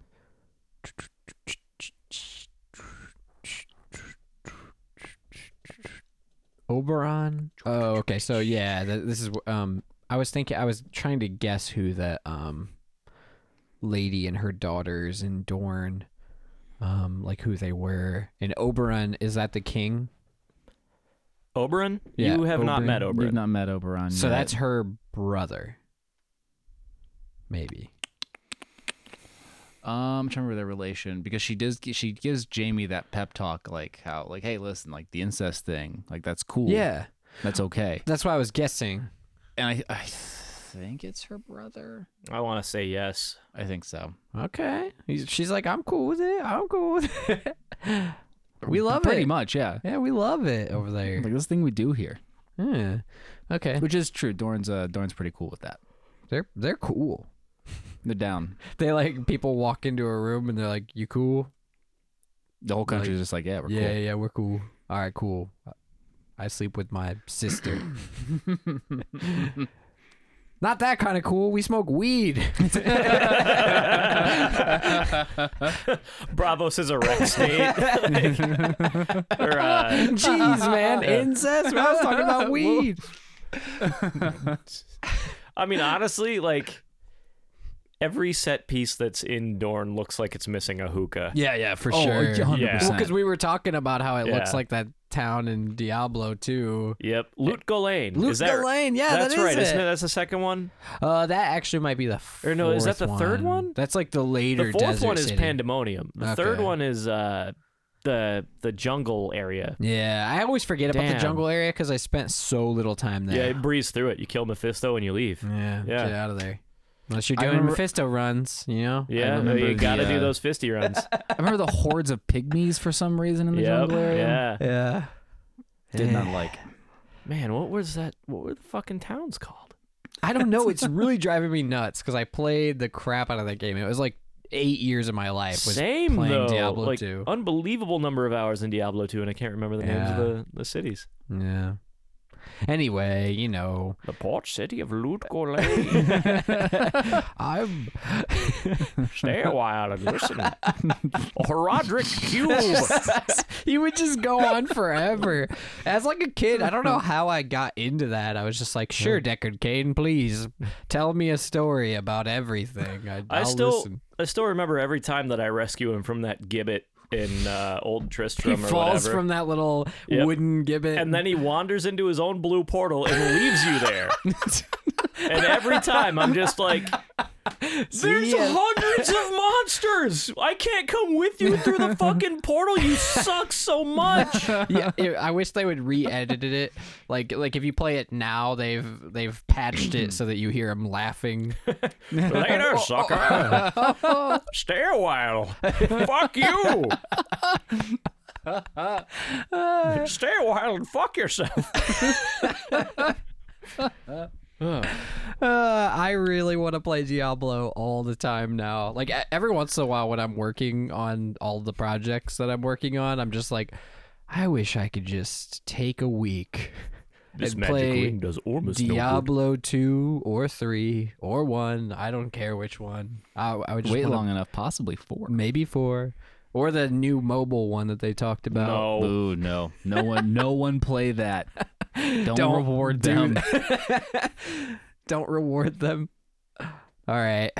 Oberon. Oh, okay. So yeah, th- this is wh- um. I was thinking. I was trying to guess who that um, lady and her daughters in Dorne, um, like who they were. And Oberon is that the king?
Oberon?
Yeah,
you have not
Oberyn.
met
You've
Oberon.
You've not met Oberon.
So
yet.
that's her brother. Maybe.
Um, I'm trying to remember their relation because she does. gi- She gives Jamie that pep talk, like how, like, hey, listen, like the incest thing, like that's cool.
Yeah,
that's okay.
that's why I was guessing.
And I, I think it's her brother.
I want to say yes.
I think so.
Okay. He's, she's like, I'm cool with it. I'm cool with it. we love
pretty
it.
much. Yeah,
Yeah, we love it over there.
like this thing we do here,
Yeah. Okay.
which is true. Dorn's uh, Dorn's pretty cool with that.
They're they're cool.
They're down.
They like people walk into a room and they're like, "You cool?
The whole country's just like, yeah, we're
yeah, yeah, we're cool. All right, cool. I sleep with my sister. Not that kind of cool. We smoke weed.
Bravos is a red state. Like, or, uh,
Jeez, man, incest. I was talking about weed.
I mean, honestly, like every set piece that's in Dorn looks like it's missing a hookah.
Yeah, yeah, for
cool.
sure.
Oh, 100%.
Yeah.
Well, because we were talking about how it looks
Yeah.
like that town in Diablo too.
Yep. Loot Galane.
Luke
is that,
Lane, Eh, yeah,
That's
that is
right,
it.
isn't it? That's the second one.
Uh, that actually might be the fourth
Or no, is that the third one?
That's like the later.
The fourth
desert
one is
city.
Pandemonium. The third
Okay.
one is uh the the jungle area.
Yeah, I always forget about the
Damn.
jungle area because I spent so little time
Yeah,
there.
you breeze through it. You kill Mephisto and you leave.
yeah,
Yeah.
get out of there. Unless you're
I
doing
remember-
Mephisto runs, you know.
Yeah,
remember
you
the,
got to
uh,
do those fisty runs.
I remember the hordes of pygmies for some reason in the
yep.
jungle area.
Yeah.
Yeah.
Did not like.
Man, what was that? What were the fucking towns called?
I don't know. It's really driving me nuts because I played the crap out of that game. It was like eight years of my life was
Same
playing
though.
Diablo
like
2.
unbelievable number of hours in Diablo 2 and I can't remember the names of
Yeah.
the, the cities.
yeah. Anyway, you know,
The port city of Lutgolane.
I'm
Stay a while and listen. Roderick Cube.
he would just go on forever. As like a kid, I don't know how I got into that. I was just like, sure, Deckard Cain, please tell me a story about everything. I,
I
I'll
still
listen.
I still remember every time that I rescue him from that gibbet in uh, old
He
Tristram or
falls
whatever.
from that little
Yep.
wooden gibbet.
and then he wanders into his own blue portal and leaves you there. and every time I'm just like there's
ya."
hundreds of monsters. I can't come with you through the fucking portal. You suck so much.
yeah, it- I wish they would re-edit it. Like, like if you play it now, they've they've patched it so that you hear him laughing.
Later, sucker. Stay a while. Fuck you. Stay a while and fuck yourself.
Uh, I really want to play Diablo all the time now. Like e- every once in a while, when I'm working on all the projects that I'm working on, I'm just like, I wish I could just take a week and play
does almost
Diablo two or three or one. I don't care which one. I, I would just
Wait
wanna-
long enough, possibly four.
maybe four, or the new mobile one that they talked about.
No.
Ooh, no, no one, no one play that. Don't,
Don't
reward
do
them.
don't reward them. All right.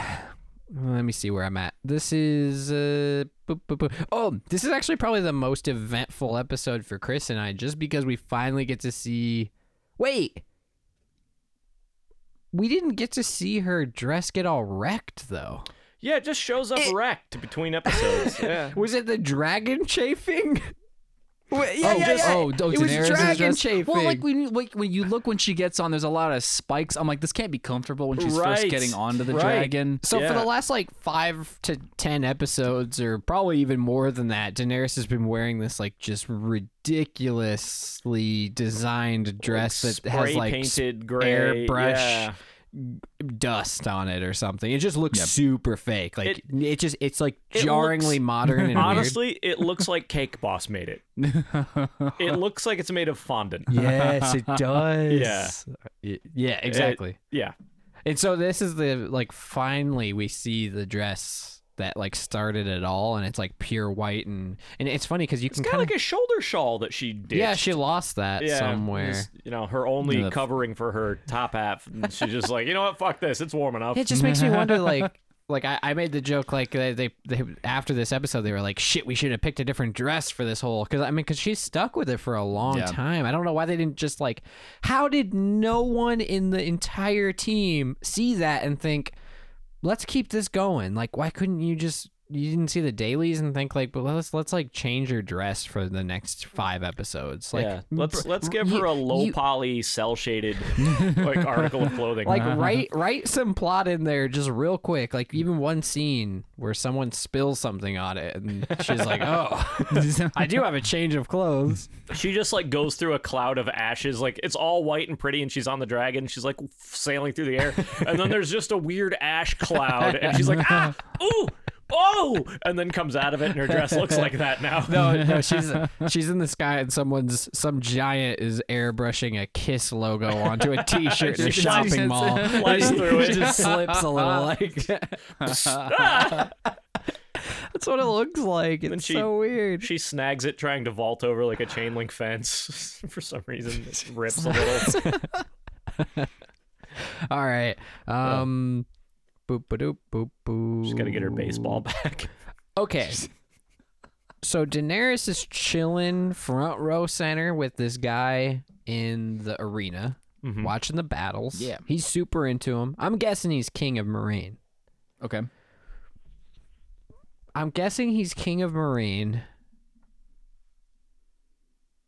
Let me see where I'm at. This is uh, boop, boop, boop. oh, this is actually probably the most eventful episode for Chris and I, just because we finally get to see. Wait, we didn't get to see her dress get all wrecked though.
Yeah, it just shows up wrecked between episodes. Yeah.
Was it the dragon chafing? Wait,
oh, just, oh, oh,
it was
Daenerys is
dragon
dressed-
chafing.
Well, like when, you- like when you look when she gets on, there's a lot of spikes. I'm like, this can't be comfortable when she's
Right.
first getting onto the
Right.
dragon.
So for
Yeah.
the last like five to ten episodes, or probably even more than that, Daenerys has been wearing this like just ridiculously designed dress that has
spray
like
painted gray
airbrush.
Yeah.
dust on it or something. It just looks
Yep.
super fake. Like it, just it's like
it
jarringly
looks-
modern and
Honestly, it looks like Cake Boss made it. It looks like it's made of fondant.
weird. Yes, it does.
Yeah.
Y- yeah, exactly.
Yeah.
and so this is the like finally we see the dress that like started it all, and it's like pure white and and it's funny because you
It's
can
kind of
kind of
like a shoulder shawl that she did.
yeah she lost that somewhere.
you know, her only
The-
covering for her top half. And she's just like, you know what? Fuck this. It's warm enough.
It just makes me wonder, like, like I, I made the joke, like they, they, they after this episode, they were like, "Shit, we should have picked a different dress for this whole." Because I mean, because she's stuck with it for a long
Yeah.
time. I don't know why they didn't just like. How did no one in the entire team see that and think, "Let's keep this going"? Like, why couldn't you just? You didn't see the dailies and think like, well, let's let's like change your dress for the next five episodes. Like,
yeah. Let's
br-
let's give
you-
her a low
you-
poly cell shaded like article of clothing.
like write write some plot in there just real quick like even one scene where someone spills something on it and she's like oh i do have a change of clothes
she just like goes through a cloud of ashes like it's all white and pretty and she's on the dragon she's like sailing through the air and then there's just a weird ash cloud and she's like ah ooh oh and then comes out of it and her dress looks like that now
no Oh, no she's she's in the sky and someone's some giant is airbrushing a kiss logo onto a t-shirt in a
She
shopping
just
mall
flies through it.
just slips a little like that's what it looks like
then
it's
she-
so weird
she snags it trying to vault over like a chain link fence for some reason it rips a little
all right um boop boop boop boop
she's got to get her baseball back
Okay. so Daenerys is chilling front row center with this guy in the arena,
Mhm.
watching the battles.
Yeah.
He's super into him. I'm guessing he's king of Marine.
Okay.
I'm guessing he's king of Marine.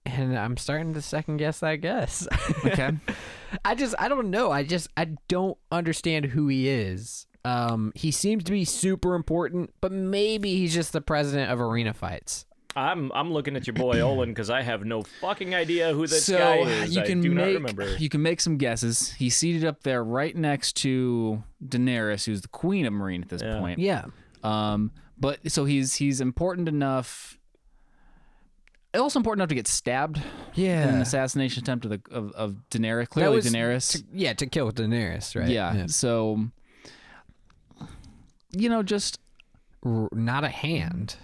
And I'm starting to second guess that guess.
Okay.
I just I don't know. I just I don't understand who he is. Um, he seems to be super important, but maybe he's just the president of arena fights.
i'm i'm looking at your boy olin because i have no fucking idea who this
so
guy is
you
i
can
do
make
not remember
you can make some guesses. He's seated up there, right next to Daenerys, who's the queen of Marine at this
Yeah.
point.
Yeah.
Um, but so he's he's important enough. Also important enough to get stabbed in an
Yeah.
assassination attempt of, the, of, of Daenerys. Clearly,
was
Daenerys.
to- yeah, to kill Daenerys, right?
Yeah, So, you know, just
R- not a hand.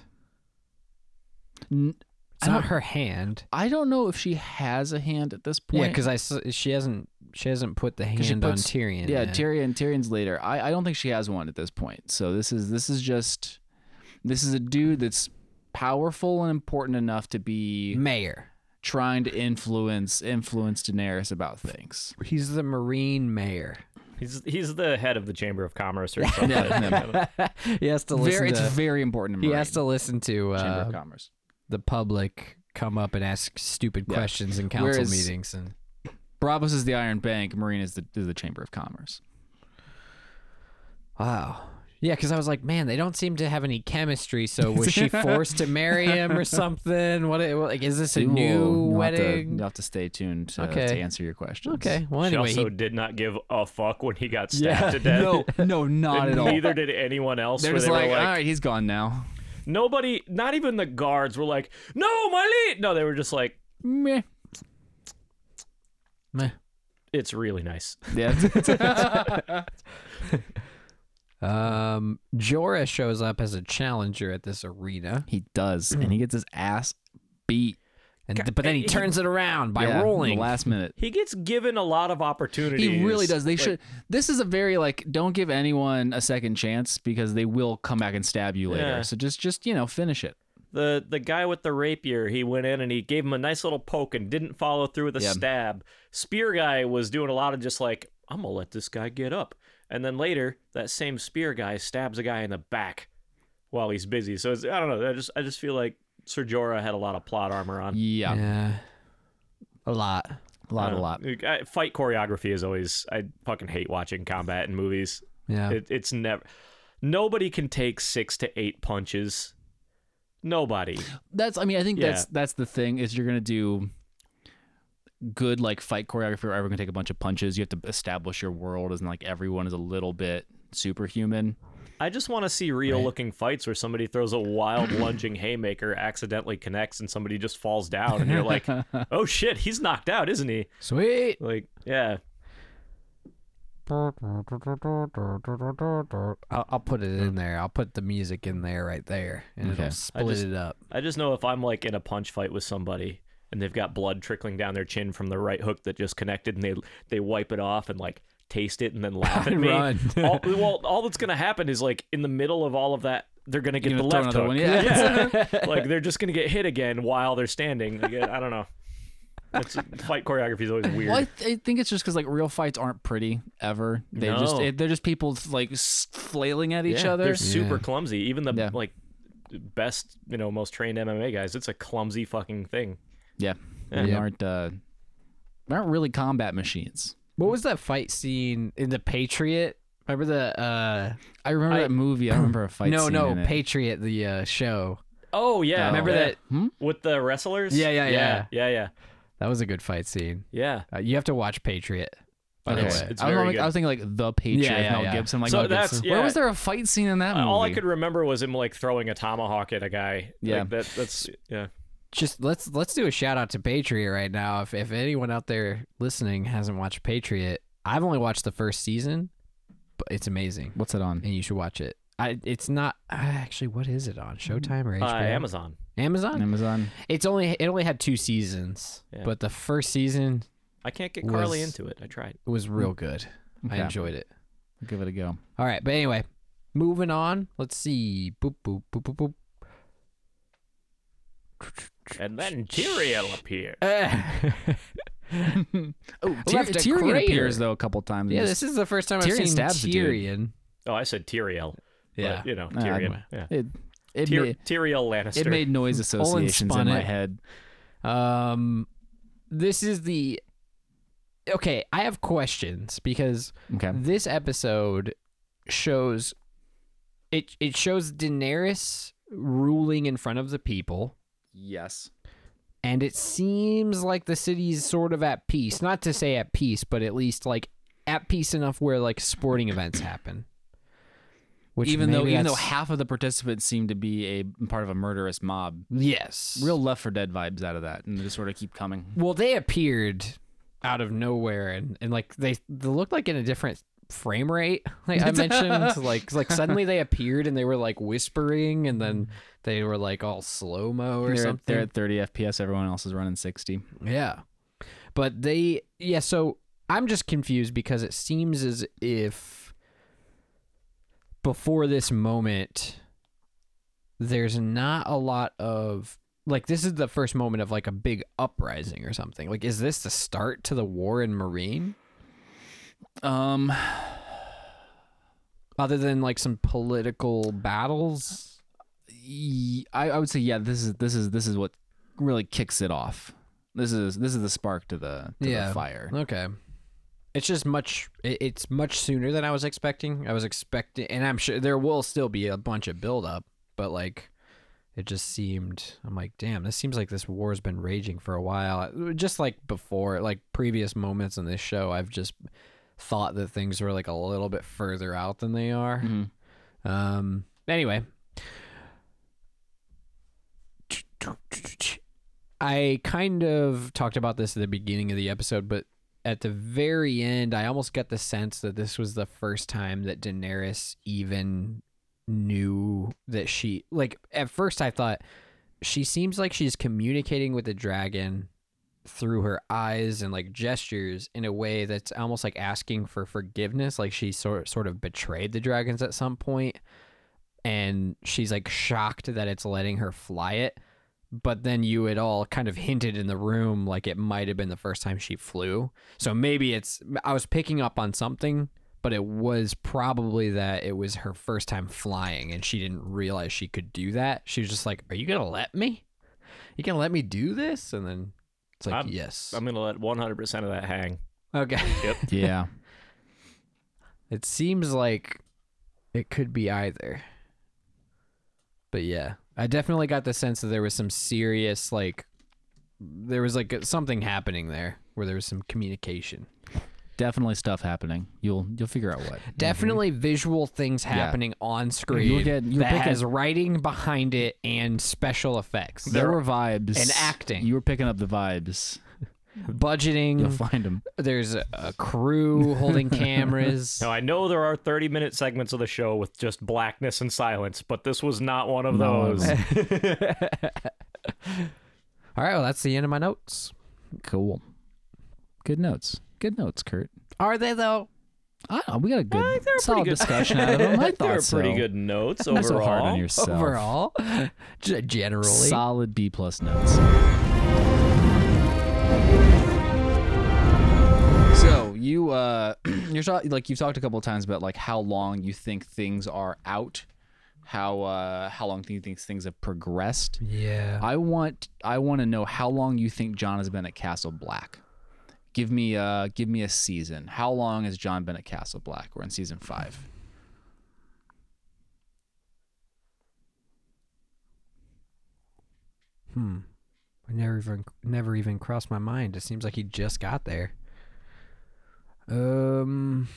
n-
It's not her hand.
I don't know if she has a hand at this
Yeah,
point.
because I s- she hasn't she hasn't put the
she
hand
puts-
on Tyrion.
yeah,
yet.
Tyrion. Tyrion's later. I, I don't think she has one at this point. So this is this is just this is a dude that's powerful and important enough to be
Mayor.
trying to influence influence Daenerys about things.
He's the Marine mayor.
he's he's the head of the chamber of commerce or something
he has to listen
Very, it's
to.
very important. To
he has to listen to
Chamber
uh,
of Commerce.
the public come up and ask stupid
Yeah.
questions in council
Whereas-
meetings and.
Bravos is the Iron Bank. Marine is the is the Chamber of Commerce.
Wow. Yeah, because I was like, man, they don't seem to have any chemistry. So was she forced to marry him or something? What like is this a
Ooh,
new
you'll have to-
wedding?
you'll have to stay tuned to,
Okay.
to answer your questions.
Okay. Well,
She
anyway,
also
he-
did not give a fuck when he got stabbed to death.
No, no, not
and
at all.
neither did anyone else.
They're
where
just
they
like,
were
all
like,
right, he's gone now.
nobody, not even the guards were like, no, my lead. No, they were just like,
Meh.
meh.
it's really nice.
Yeah.
Um, Jorah shows up as a challenger at this arena,
he does, and he gets his ass beat
and but then he turns it around by
Yeah, in the
rolling.
last minute.
He gets given a lot of opportunities.
He really does. They
Like,
should. This is a very like, don't give anyone a second chance because they will come back and stab you later.
Yeah.
So just, just you know, finish it.
The the guy with the rapier, he went in and he gave him a nice little poke and didn't follow through with a
Yeah.
stab. Spear guy was doing a lot of just like, I'm gonna let this guy get up. And then later, that same spear guy stabs a guy in the back while he's busy. So it's, I don't know. I just I just feel like Ser Jorah had a lot of plot armor on.
Yeah,
Yeah, a lot.
a lot,
Uh,
a lot.
I- Fight choreography is always. I fucking hate watching combat in movies.
Yeah,
It, it's never. Nobody can take six to eight punches. Nobody.
That's. I mean, I think
Yeah.
that's that's the thing is you're gonna do good like fight choreography where everyone can take a bunch of punches. You have to establish your world, and like everyone is a little bit superhuman.
I just want to see real looking fights where somebody throws a wild lunging haymaker, accidentally connects, and somebody just falls down, and you're like, "Oh shit, he's knocked out, isn't he?"
sweet.
Like, yeah,
I'll, I'll put it in there. I'll put the music in there right there, and
Mm. Okay. I
it'll split
just-
it up.
I just know if I'm like in a punch fight with somebody and they've got blood trickling down their chin from the right hook that just connected and they they wipe it off and like taste it and then laugh at me.
Run.
all, well, all that's gonna happen is like in the middle of all of that, they're gonna get
You're
the
gonna throw
left
another
hook.
one, yeah.
Yeah. like they're just gonna get hit again while they're standing. Like, I don't know. It's, fight choreography is always weird.
Well, I, th- I think it's just because like real fights aren't pretty ever. They just
No.
it, they're just people like s- flailing at each
Yeah,
other.
They're super clumsy. Even the
Yeah.
like best, you know, most trained MMA guys. It's a clumsy fucking thing.
Yeah,
Yeah.
they
Yeah.
aren't uh, they aren't really combat machines.
What was that fight scene in the Patriot? Remember the uh
I remember
I-
that movie. I remember a fight.
no
scene
no
in it.
Patriot the uh, show.
Oh yeah,
Oh.
Remember
yeah.
that?
with the wrestlers?
Yeah, yeah,
yeah, yeah, yeah.
That was a good fight scene.
yeah.
Uh, you have to watch Patriot. By the
Okay.
way,
It's- it's
I, was
very
like, I
good.
was thinking like the Patriot,
Yeah, yeah,
Mel
yeah.
Gibson. Like
So
Mel
that's-
Gibson.
yeah. Uh,
Where was there a fight scene in that movie?
All I could remember was him like throwing a tomahawk at a guy.
Yeah.
like, that, that's yeah.
just let's let's do a shout out to Patriot right now. If if anyone out there listening hasn't watched Patriot, I've only watched the first season, but it's amazing,
What's it on?
and you should watch it. I it's not I- actually what is it on Showtime or HBO?
Uh, Amazon.
Amazon.
Amazon.
It's only it only had two seasons,
Yeah.
but the first season
I can't get Carly
Was-
into it. I tried.
was real good. I
Hmm. Okay.
enjoyed it.
I'll give it a go.
All right, but anyway, moving on. Let's see. Boop boop boop boop boop.
And then Tyrael appeared.
Eh.
Oh,
Left a
Tyrion
crater.
appears though a couple times.
yeah, this is the first time
Tyrion
I've seen
stabs a dude.
Tyrion.
Oh, I said Tyrael.
Yeah.
But, you know,
Ah,
Tyrion.
anyway.
yeah.
it it,
Tyr-
made,
Tyrael Lannister.
it made noise associations in
spun
my
it.
head.
Um, this is the okay. I have questions because
Okay.
this episode shows it. It shows Daenerys ruling in front of the people,
Yes.
and it seems like the city's sort of at peace. Not to say at peace, but at least like at peace enough where like sporting events happen. Which
even though
maybe
even though
that's-
half of the participants seem to be a part of a murderous mob,
yes,
real Left for Dead vibes out of that, and they just sort of keep coming.
Well, they appeared out of nowhere and, and like they, they looked like in a different frame rate. Like I mentioned, like like suddenly they appeared and they were like whispering and then they were like all slow mo or
They're, at-
something.
they're at 30 FPS. Everyone else is running 60.
Yeah. But they yeah, so I'm just confused because it seems as if before this moment there's not a lot of like this is the first moment of like a big uprising or something. Like is this the start to the war in Marine?
Um,
Other than like some political battles?
y- I, I would say yeah. This is this is this is what really kicks it off. This is this is the spark to the, to
Yeah.
the fire.
Okay. It's just much. it- It's much sooner than I was expecting. I was expecting, and I'm sure there will still be a bunch of buildup, but like, it just seemed. I'm like, damn, this seems like this war's been raging for a while. Just like before, like previous moments in this show, I've just thought that things were like a little bit further out than they are.
Mhm.
Um. Anyway, I kind of talked about this at the beginning of the episode, but at the very end, I almost got the sense that this was the first time that Daenerys even knew that she like. At first, I thought she seems like she's communicating with the dragon through her eyes and like gestures in a way that's almost like asking for forgiveness like she sort sort of betrayed the dragons at some point and she's like shocked that it's letting her fly it but then you had all kind of hinted in the room like it might have been the first time she flew so maybe it's i was picking up on something but it was probably that it was her first time flying and she didn't realize she could do that she was just like are you gonna let me you gonna let me do this and then it's like
I'm-
yes
I'm gonna let 100 percent of that hang.
Okay.
Yeah.
It seems like it could be either. But yeah, I definitely got the sense that there was some serious like there was like something happening there where there was some communication.
Mm-hmm. Definitely stuff happening. You'll you'll figure out what.
Definitely visual things happening on screen
You'll get- you'll
that
pick a-
has writing behind it and special effects.
There were vibes
and acting.
You were picking up the vibes. You'll
Mm.
budgeting.
find him.
There's a, a crew holding cameras.
Now I know there are 30 minute segments of the show with just blackness and silence, but this was not one of
No, it
those.
All right, well, that's the end of my notes.
Cool. Good notes. Good notes, Kurt.
Are they though?
I don't know. We got a good,
they're pretty
solid
good.
discussion out of them. I
they
thought
were
so.
pretty good notes
Not so hard on
overall.
yourself.
Overall, G- generally.
Solid B plus notes. So you uh you're ta- like you've talked a couple of times about like how long you think things are out, how uh how long do you think things have progressed?
yeah.
I want I want to know how long you think John has been at Castle Black. Give me uh give me a season. How long has John been at Castle Black? We're in season five.
Hmm. I never even never even crossed my mind. It seems like he just got there. Um.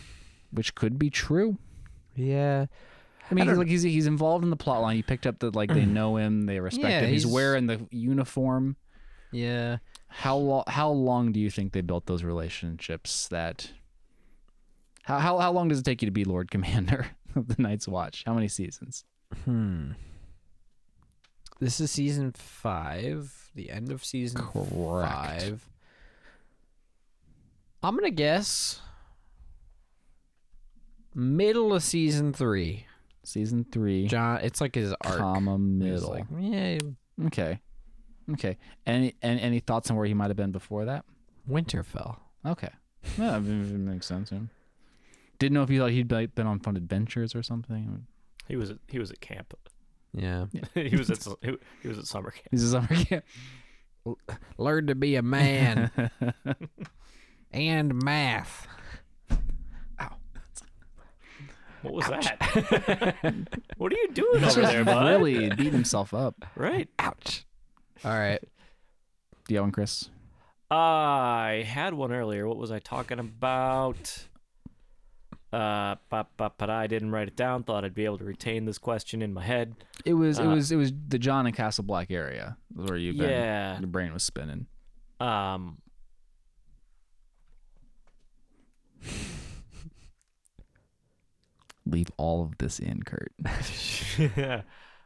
Which could be true.
Yeah.
I mean,
I
he's,
don't-
like he's he's involved in the plot line. He picked up that like they know him, they respect
Yeah,
him. He's,
he's-
wearing the uniform.
Yeah.
How long? How long do you think they built those relationships? That how how how long does it take you to be Lord Commander of the Night's Watch? How many seasons?
Hmm. This is season five. The end of season
Correct.
five. I'm gonna guess middle of season three.
Season three,
John, it's like his arc.
comma
He's
middle.
like, yeah,
Okay. Okay. Any and any thoughts on where he might have been before that?
Winterfell.
Okay. No, I mean, it makes sense. Yeah. Didn't know if you thought he'd be- been on fun adventures or something.
He was at, he was at camp.
Yeah,
he was at su- he, he was at summer camp.
This is summer camp.
learn to be a man and math.
What was that? what are you doing over there, bud?
really beating himself up.
Right.
Ouch. All right.
Do you have one, Chris?
I had one earlier. What was I talking about? Uh, but, but, but I didn't write it down. Thought I'd be able to retain this question in my head.
It was it
Uh,
was it was the John and Castle Black area where you been.
Yeah.
Your brain was spinning.
Um,
Leave all of this in, Kurt.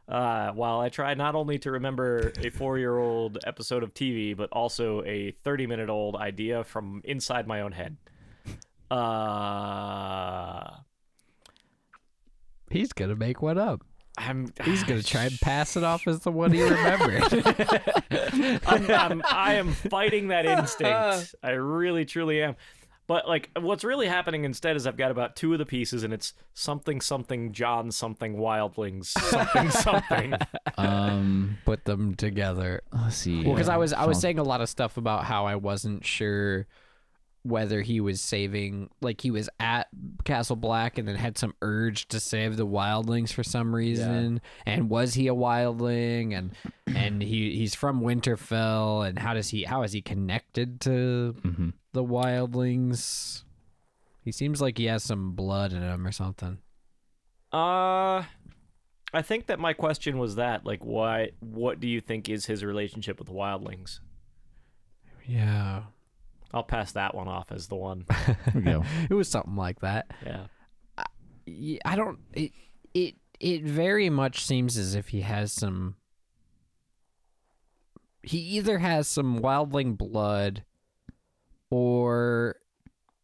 uh, while I try not only to remember a four-year-old episode of TV, but also a thirty-minute-old idea from inside my own head. Uh,
He's gonna make one up.
I'm.
He's gonna try and pass it off as the one he remembered.
I'm, I'm, I am fighting that instinct. I really, truly am. But like, what's really happening instead is I've got about two of the pieces, and it's something, something, John, something, Wildlings, something, something.
Um
Put them together.
let's see.
Well, because I was I was
Fun-
saying a lot of stuff about how I wasn't sure whether he was saving, like he was at Castle Black and then had some urge to save the wildlings for some reason, and was he a wildling, and and he he's from Winterfell, and how does he how is he connected to
Mhm.
the wildlings? He seems like he has some blood in him or something.
Uh, I think that my question was that, like, why? What do you think is his relationship with Wildlings?
Yeah,
I'll pass that one off as the one.
Here we go.
it was something like that.
Yeah.
y- I don't it it it very much seems as if he has some he either has some wildling blood or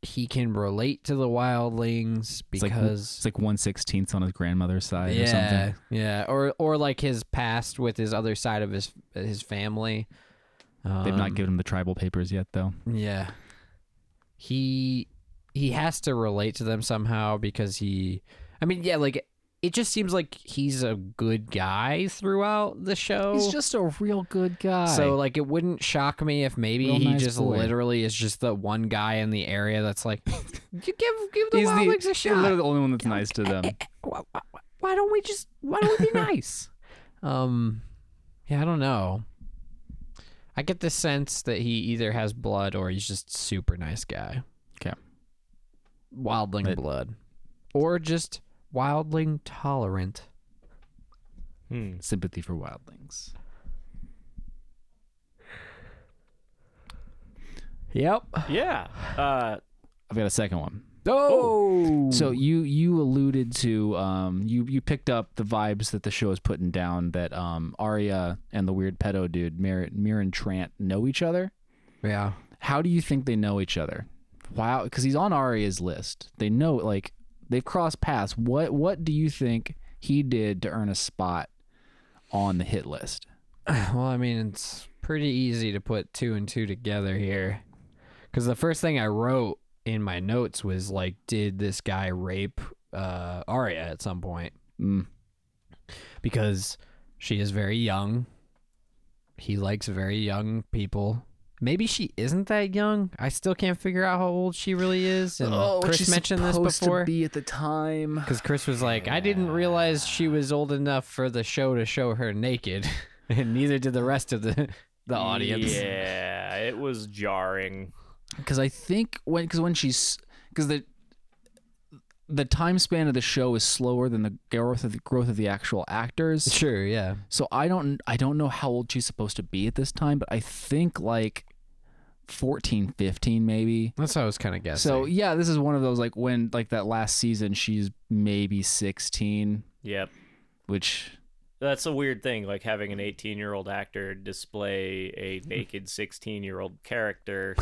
he can relate to the wildlings
It's like
because
it's like one sixteenth on his grandmother's side or
yeah
something.
yeah or or like his past with his other side of his his family
They've
Um,
not given him the tribal papers yet though.
yeah. He he has to relate to them somehow because he I mean, yeah, like it just seems like he's a good guy throughout the show.
just a real good guy.
so like it wouldn't shock me if maybe
Real
he
nice
just
boy.
literally is just the one guy in the area that's like you give give the
he's
wildlings
the,
a
He's
shot.
literally the only one that's nice to them.
Why, why- why don't we just why don't we be nice? um yeah, I don't know. I get the sense that he either has blood or he's just super nice guy.
Okay.
wildling
It-
blood or just wildling tolerant
Hmm.
Sympathy for wildlings.
Yep.
Yeah. Uh,
I've got a second one.
Oh.
So you you alluded to um you you picked up the vibes that the show is putting down that um Arya and the weird pedo dude Mir- Mirren Trant know each other.
yeah.
How do you think they know each other? Wow, because he's on Arya's list. They know like they've crossed paths. What what do you think he did to earn a spot on the hit list?
Well, I mean, it's pretty easy to put two and two together here. Because the first thing I wrote in my notes was like, did this guy rape uh, Arya at some point?
Mm.
Because she is very young. He likes very young people. Maybe she isn't that young. I still can't figure out how old she really is. And
Oh,
Chris Oh, mentioned this before.
be at the time.
Because Chris was like, I didn't realize she was old enough for the show to show her naked, and neither did the rest of the the audience.
Yeah, it was jarring.
because I think when because when she's because the the time span of the show is slower than the growth of the growth of the actual actors.
Sure, yeah.
So I don't I don't know how old she's supposed to be at this time, but I think like 14, 15 maybe.
That's what I was kind of guessing.
So yeah, this is one of those like when like that last season she's maybe 16,
Yep.
which
That's a weird thing, like having
Mm.
an 18 year old actor display a naked 16 year old character.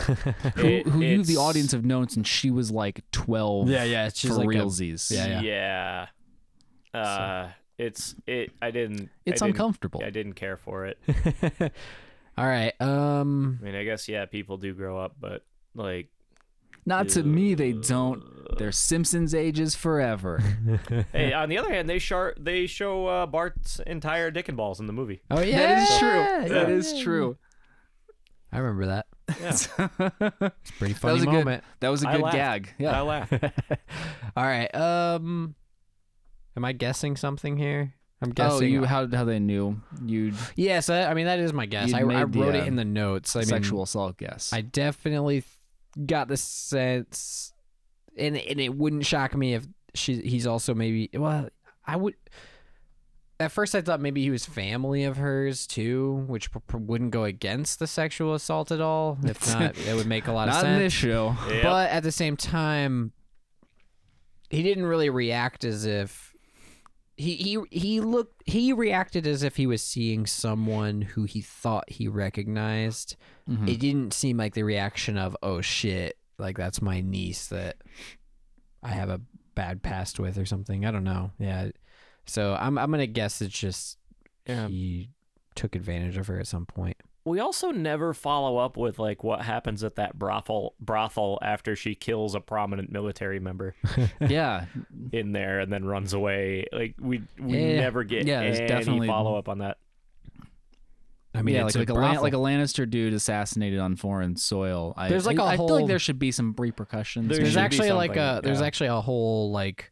who, who you the audience have known since she was like 12.
yeah, yeah. She's
for
like, a-
realsies.
yeah,
Yeah. Uh, It's it. I didn't.
It's
I didn't-
uncomfortable.
I didn't care for it.
all right. Um,
I mean, I guess yeah, people do grow up, but like,
Not to me they don't. They're Simpsons ages forever.
hey, on the other hand, they show they show uh, Bart's entire dick and balls in the movie.
oh yeah,
That is true.
yeah.
That is true.
I remember that. It's a pretty
that
funny
was a good.
moment.
That was a
I
good
laughed.
gag. Yeah.
I laugh.
All right. Um, am I guessing something here? I'm guessing.
oh, you how how they knew you
Yes, I, I mean that is my guess.
You'd
I, I
made the,
wrote it
uh,
in the notes. I mean,
sexual assault guess.
I definitely th- got the sense, and and it wouldn't shock me if she he's also maybe well I would. At first, I thought maybe he was family of hers too, which p- p- wouldn't go against the sexual assault at all. If not, it would make a lot of
Not
sense.
in this show.
Yep.
But at the same time, he didn't really react as if he he he looked he reacted as if he was seeing someone who he thought he recognized.
Mm-hmm. Hmm.
It didn't seem like the reaction of oh shit, like that's my niece that I have a bad past with or something. I don't know. Yeah. So I'm I'm gonna guess it's just
Yeah.
he took advantage of her at some point.
we also never follow up with like what happens at that brothel brothel after she kills a prominent military member
yeah,
in there and then runs away. Like we we
Yeah.
never get
Yeah, there's
any
definitely-
follow up on that.
I mean,
yeah,
it's
like like a, Lan-
brothel.
like a Lannister dude assassinated on foreign soil. I,
There's like
I-
a
I feel
whole-
like there should be some repercussions.
There
maybe.
there's
should be
actually like a
something,
there's
yeah.
actually a whole like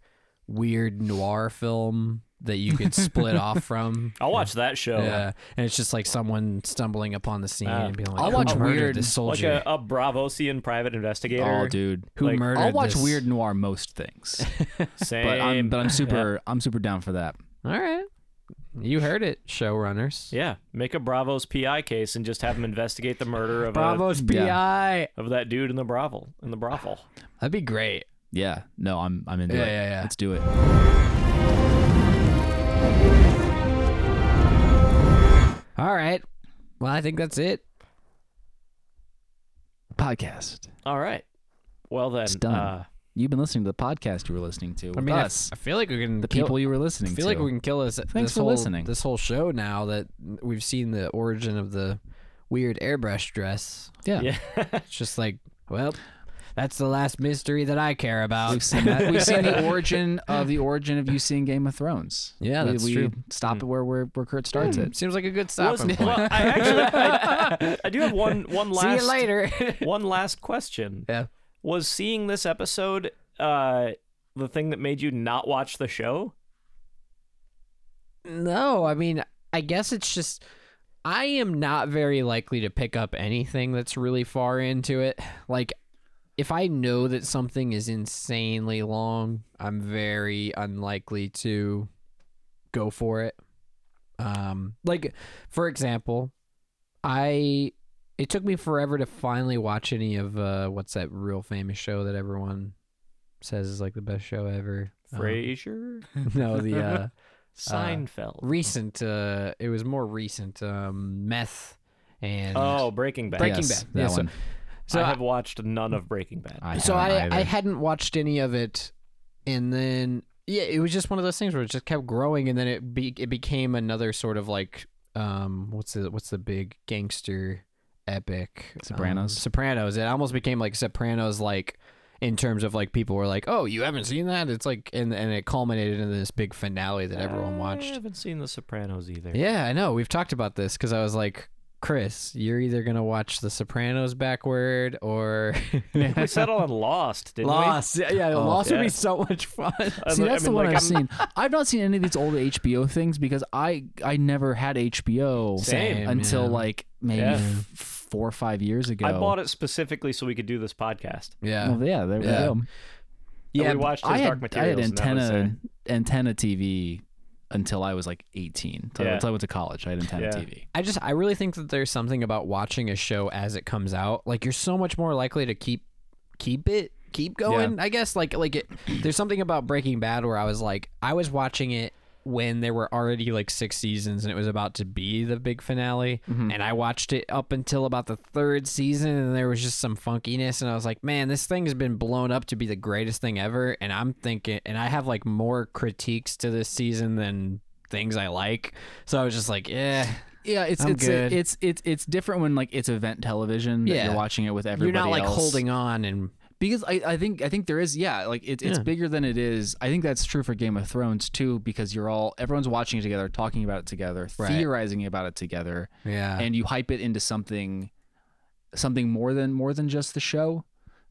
weird noir film that you could split off from.
I'll watch that show.
Yeah, and it's just like someone stumbling upon the scene
Uh,
and being like,
I'll
"Who
watch
murdered
weird-
this
Like
soldier?
a, a Bravosian private investigator.
oh, dude.
Who
like, I'll
murdered?"
I'll watch
this-
weird noir most things,
Same.
but I'm but I'm super I'm super down for that.
All right, you heard it, showrunners.
yeah, make a Bravos PI case and just have him investigate the murder of a,
Bravo's
Yeah.
PI.
of that dude in the brothel in the brothel.
That'd be great.
Yeah, no, I'm I'm into
Yeah,
it.
yeah, yeah.
Let's do it.
All right. Well, I think that's it.
Podcast.
All right. Well then,
It's done.
uh,
You've been listening to the podcast you were listening to. With
I mean, I,
us,
I feel like we can
the
kill-
people you were listening
I feel
to.
like we can kill this.
Thanks
this
for
whole,
listening.
This whole show now that we've seen the origin of the weird airbrush dress.
yeah.
yeah.
It's just like, well, that's the last mystery that I care
We've
about.
seen that. We've seen the origin of the origin of you seeing Game of Thrones.
Yeah,
we,
that's
we
true. Mm.
Stop it where where where Kurt starts it.
Seems like a good stopping
Wasn't-
point.
well, I actually I, I do have one one last
See you later.
one last question.
yeah.
Was seeing this episode uh the thing that made you not watch the show?
No, I mean, I guess it's just I am not very likely to pick up anything that's really far into it. Like if I know that something is insanely long, I'm very unlikely to go for it. Um like for example, I It took me forever to finally watch any of uh, what's that real famous show that everyone says is like the best show ever. Um,
Frasier,
no, the uh,
Seinfeld.
recent. Uh, it was more recent. Um, meth and
oh, Breaking Bad.
Breaking
Yes,
Bad.
that
Yeah, so-
one.
so
I
I-
have watched none of Breaking Bad.
so I,
haven't
I
either.
hadn't watched any of it, and then yeah, it was just one of those things where it just kept growing, and then it be, it became another sort of like um what's the what's the big gangster epic Um,
Sopranos?
Sopranos. It almost became like Sopranos like. In terms of like people were like, "Oh, you haven't seen that?" It's like, and and it culminated in this big finale that everyone
I
watched.
haven't seen The Sopranos either.
Yeah, I know. We've talked about this because I was like, "Chris, you're either gonna watch The Sopranos backward or
we settled on Lost, didn't
Lost. Yeah, yeah Lost would
yeah.
be so much fun.
we?
Oh, See,
I
that's the
mean,
one
like,
I've
I'm-
seen. I've not seen any of these old HBO things because I I never had HBO
Same,
until
yeah.
like maybe
Yeah.
f- four or five years ago.
I bought it specifically so we could do this podcast.
Yeah.
Well, yeah, there
Yeah.
we go.
And
yeah,
we
but-
watched his
I
Dark
had, I
Materials.
had
and that was, uh,
antenna antenna TV until I was like eighteen. Until,
Yeah.
until I went to college, I had antenna
Yeah.
TV.
I just I really think that there's something about watching a show as it comes out. Like you're so much more likely to keep keep it keep going. I guess like like it there's something about Breaking Bad where I was like I was watching it when there were already like six seasons and it was about to be the big finale and I watched it up until about the third season and there was just some funkiness and I was like man this thing has been blown up to be the greatest thing ever and I'm thinking and I have like more critiques to this season than things I like so I was just like eh
Yeah, it's
I'm
it's
good.
it's it's it's different when like it's event television. That
Yeah.
you're watching it with everybody.
You're not like
else.
holding on and
because I, I think I think there is yeah like it's it's
Yeah.
bigger than it is. I think that's true for Game of Thrones too because you're all everyone's watching it together, talking about it together,
Right.
theorizing about it together,
yeah.
and you hype it into something something more than more than just the show.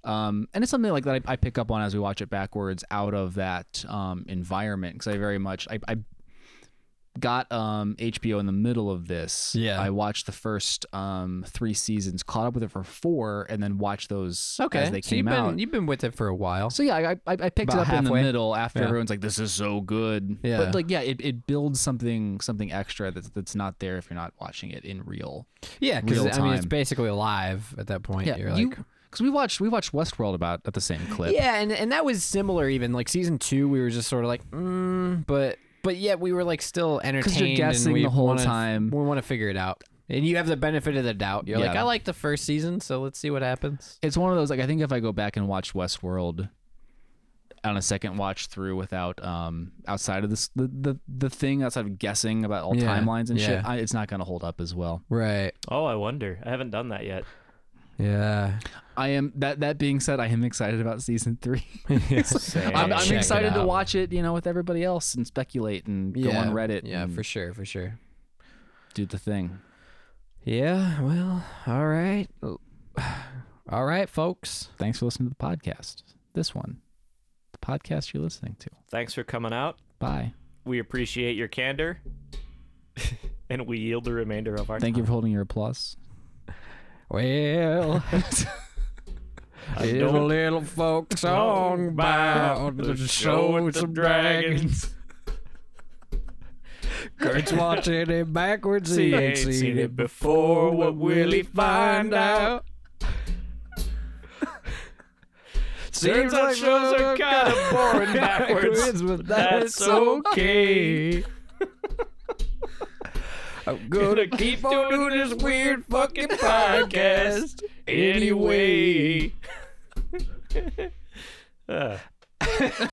Um, and it's something like that I, I pick up on as we watch it backwards out of that um, environment because I very much I, I got um, HBO in the middle of this.
Yeah.
I watched the first um, three seasons, caught up with it for four, and then watched those
okay.
as they
so
came
you've been
out.
you've been with it for a while.
So yeah, I I, I picked it
About
up in the
halfway?
middle after
Yeah.
everyone's like, "This is so good."
Yeah.
But like, yeah, it, it builds something something extra that's that's not there if you're not watching it in real.
yeah, because
real
I mean it's
time.
basically live at that point. You're like,
because we watched we watched Westworld about at the same clip.
yeah, and and that was similar. Even like season two, we were just sort of like, mm, but but yet we were like still entertained.
you're
and
guessing
we
the whole
wanna-
time.
We want to figure it out, and you have the benefit of the doubt. You're like,
Yeah.
I like the first season, so let's see what happens.
It's one of those like I think if I go back and watch Westworld on a second watch through without um outside of this the the, the thing outside of guessing about all
Yeah.
timelines and
Yeah.
shit, I, it's not gonna hold up as well.
Right.
oh, I wonder. I haven't done that yet.
Yeah.
I am that that being said, I am excited about season three. I'm,
Yeah,
I'm
check it
excited to
out.
watch it, you know, with everybody else and speculate and go on Reddit.
Yeah,
and
for sure, for sure.
do the thing.
Yeah. Well. All right. All right, folks.
Thanks for listening to the podcast. This one, the podcast you're listening to.
Thanks for coming out.
Bye.
We appreciate your candor, and we yield the remainder of our.
Thank you for holding your applause.
Well,
I
it's a
don't
little folk song about the show with some dragons. Kurt's watching it backwards. He ain't seen it before. What will he find out?
Turns out shows are kind of boring backwards.
but
That's
that's okay. I'm gonna
Gonna
keep
keep
on
doing
doing this weird fucking
podcast
podcast.
anyway. Uh.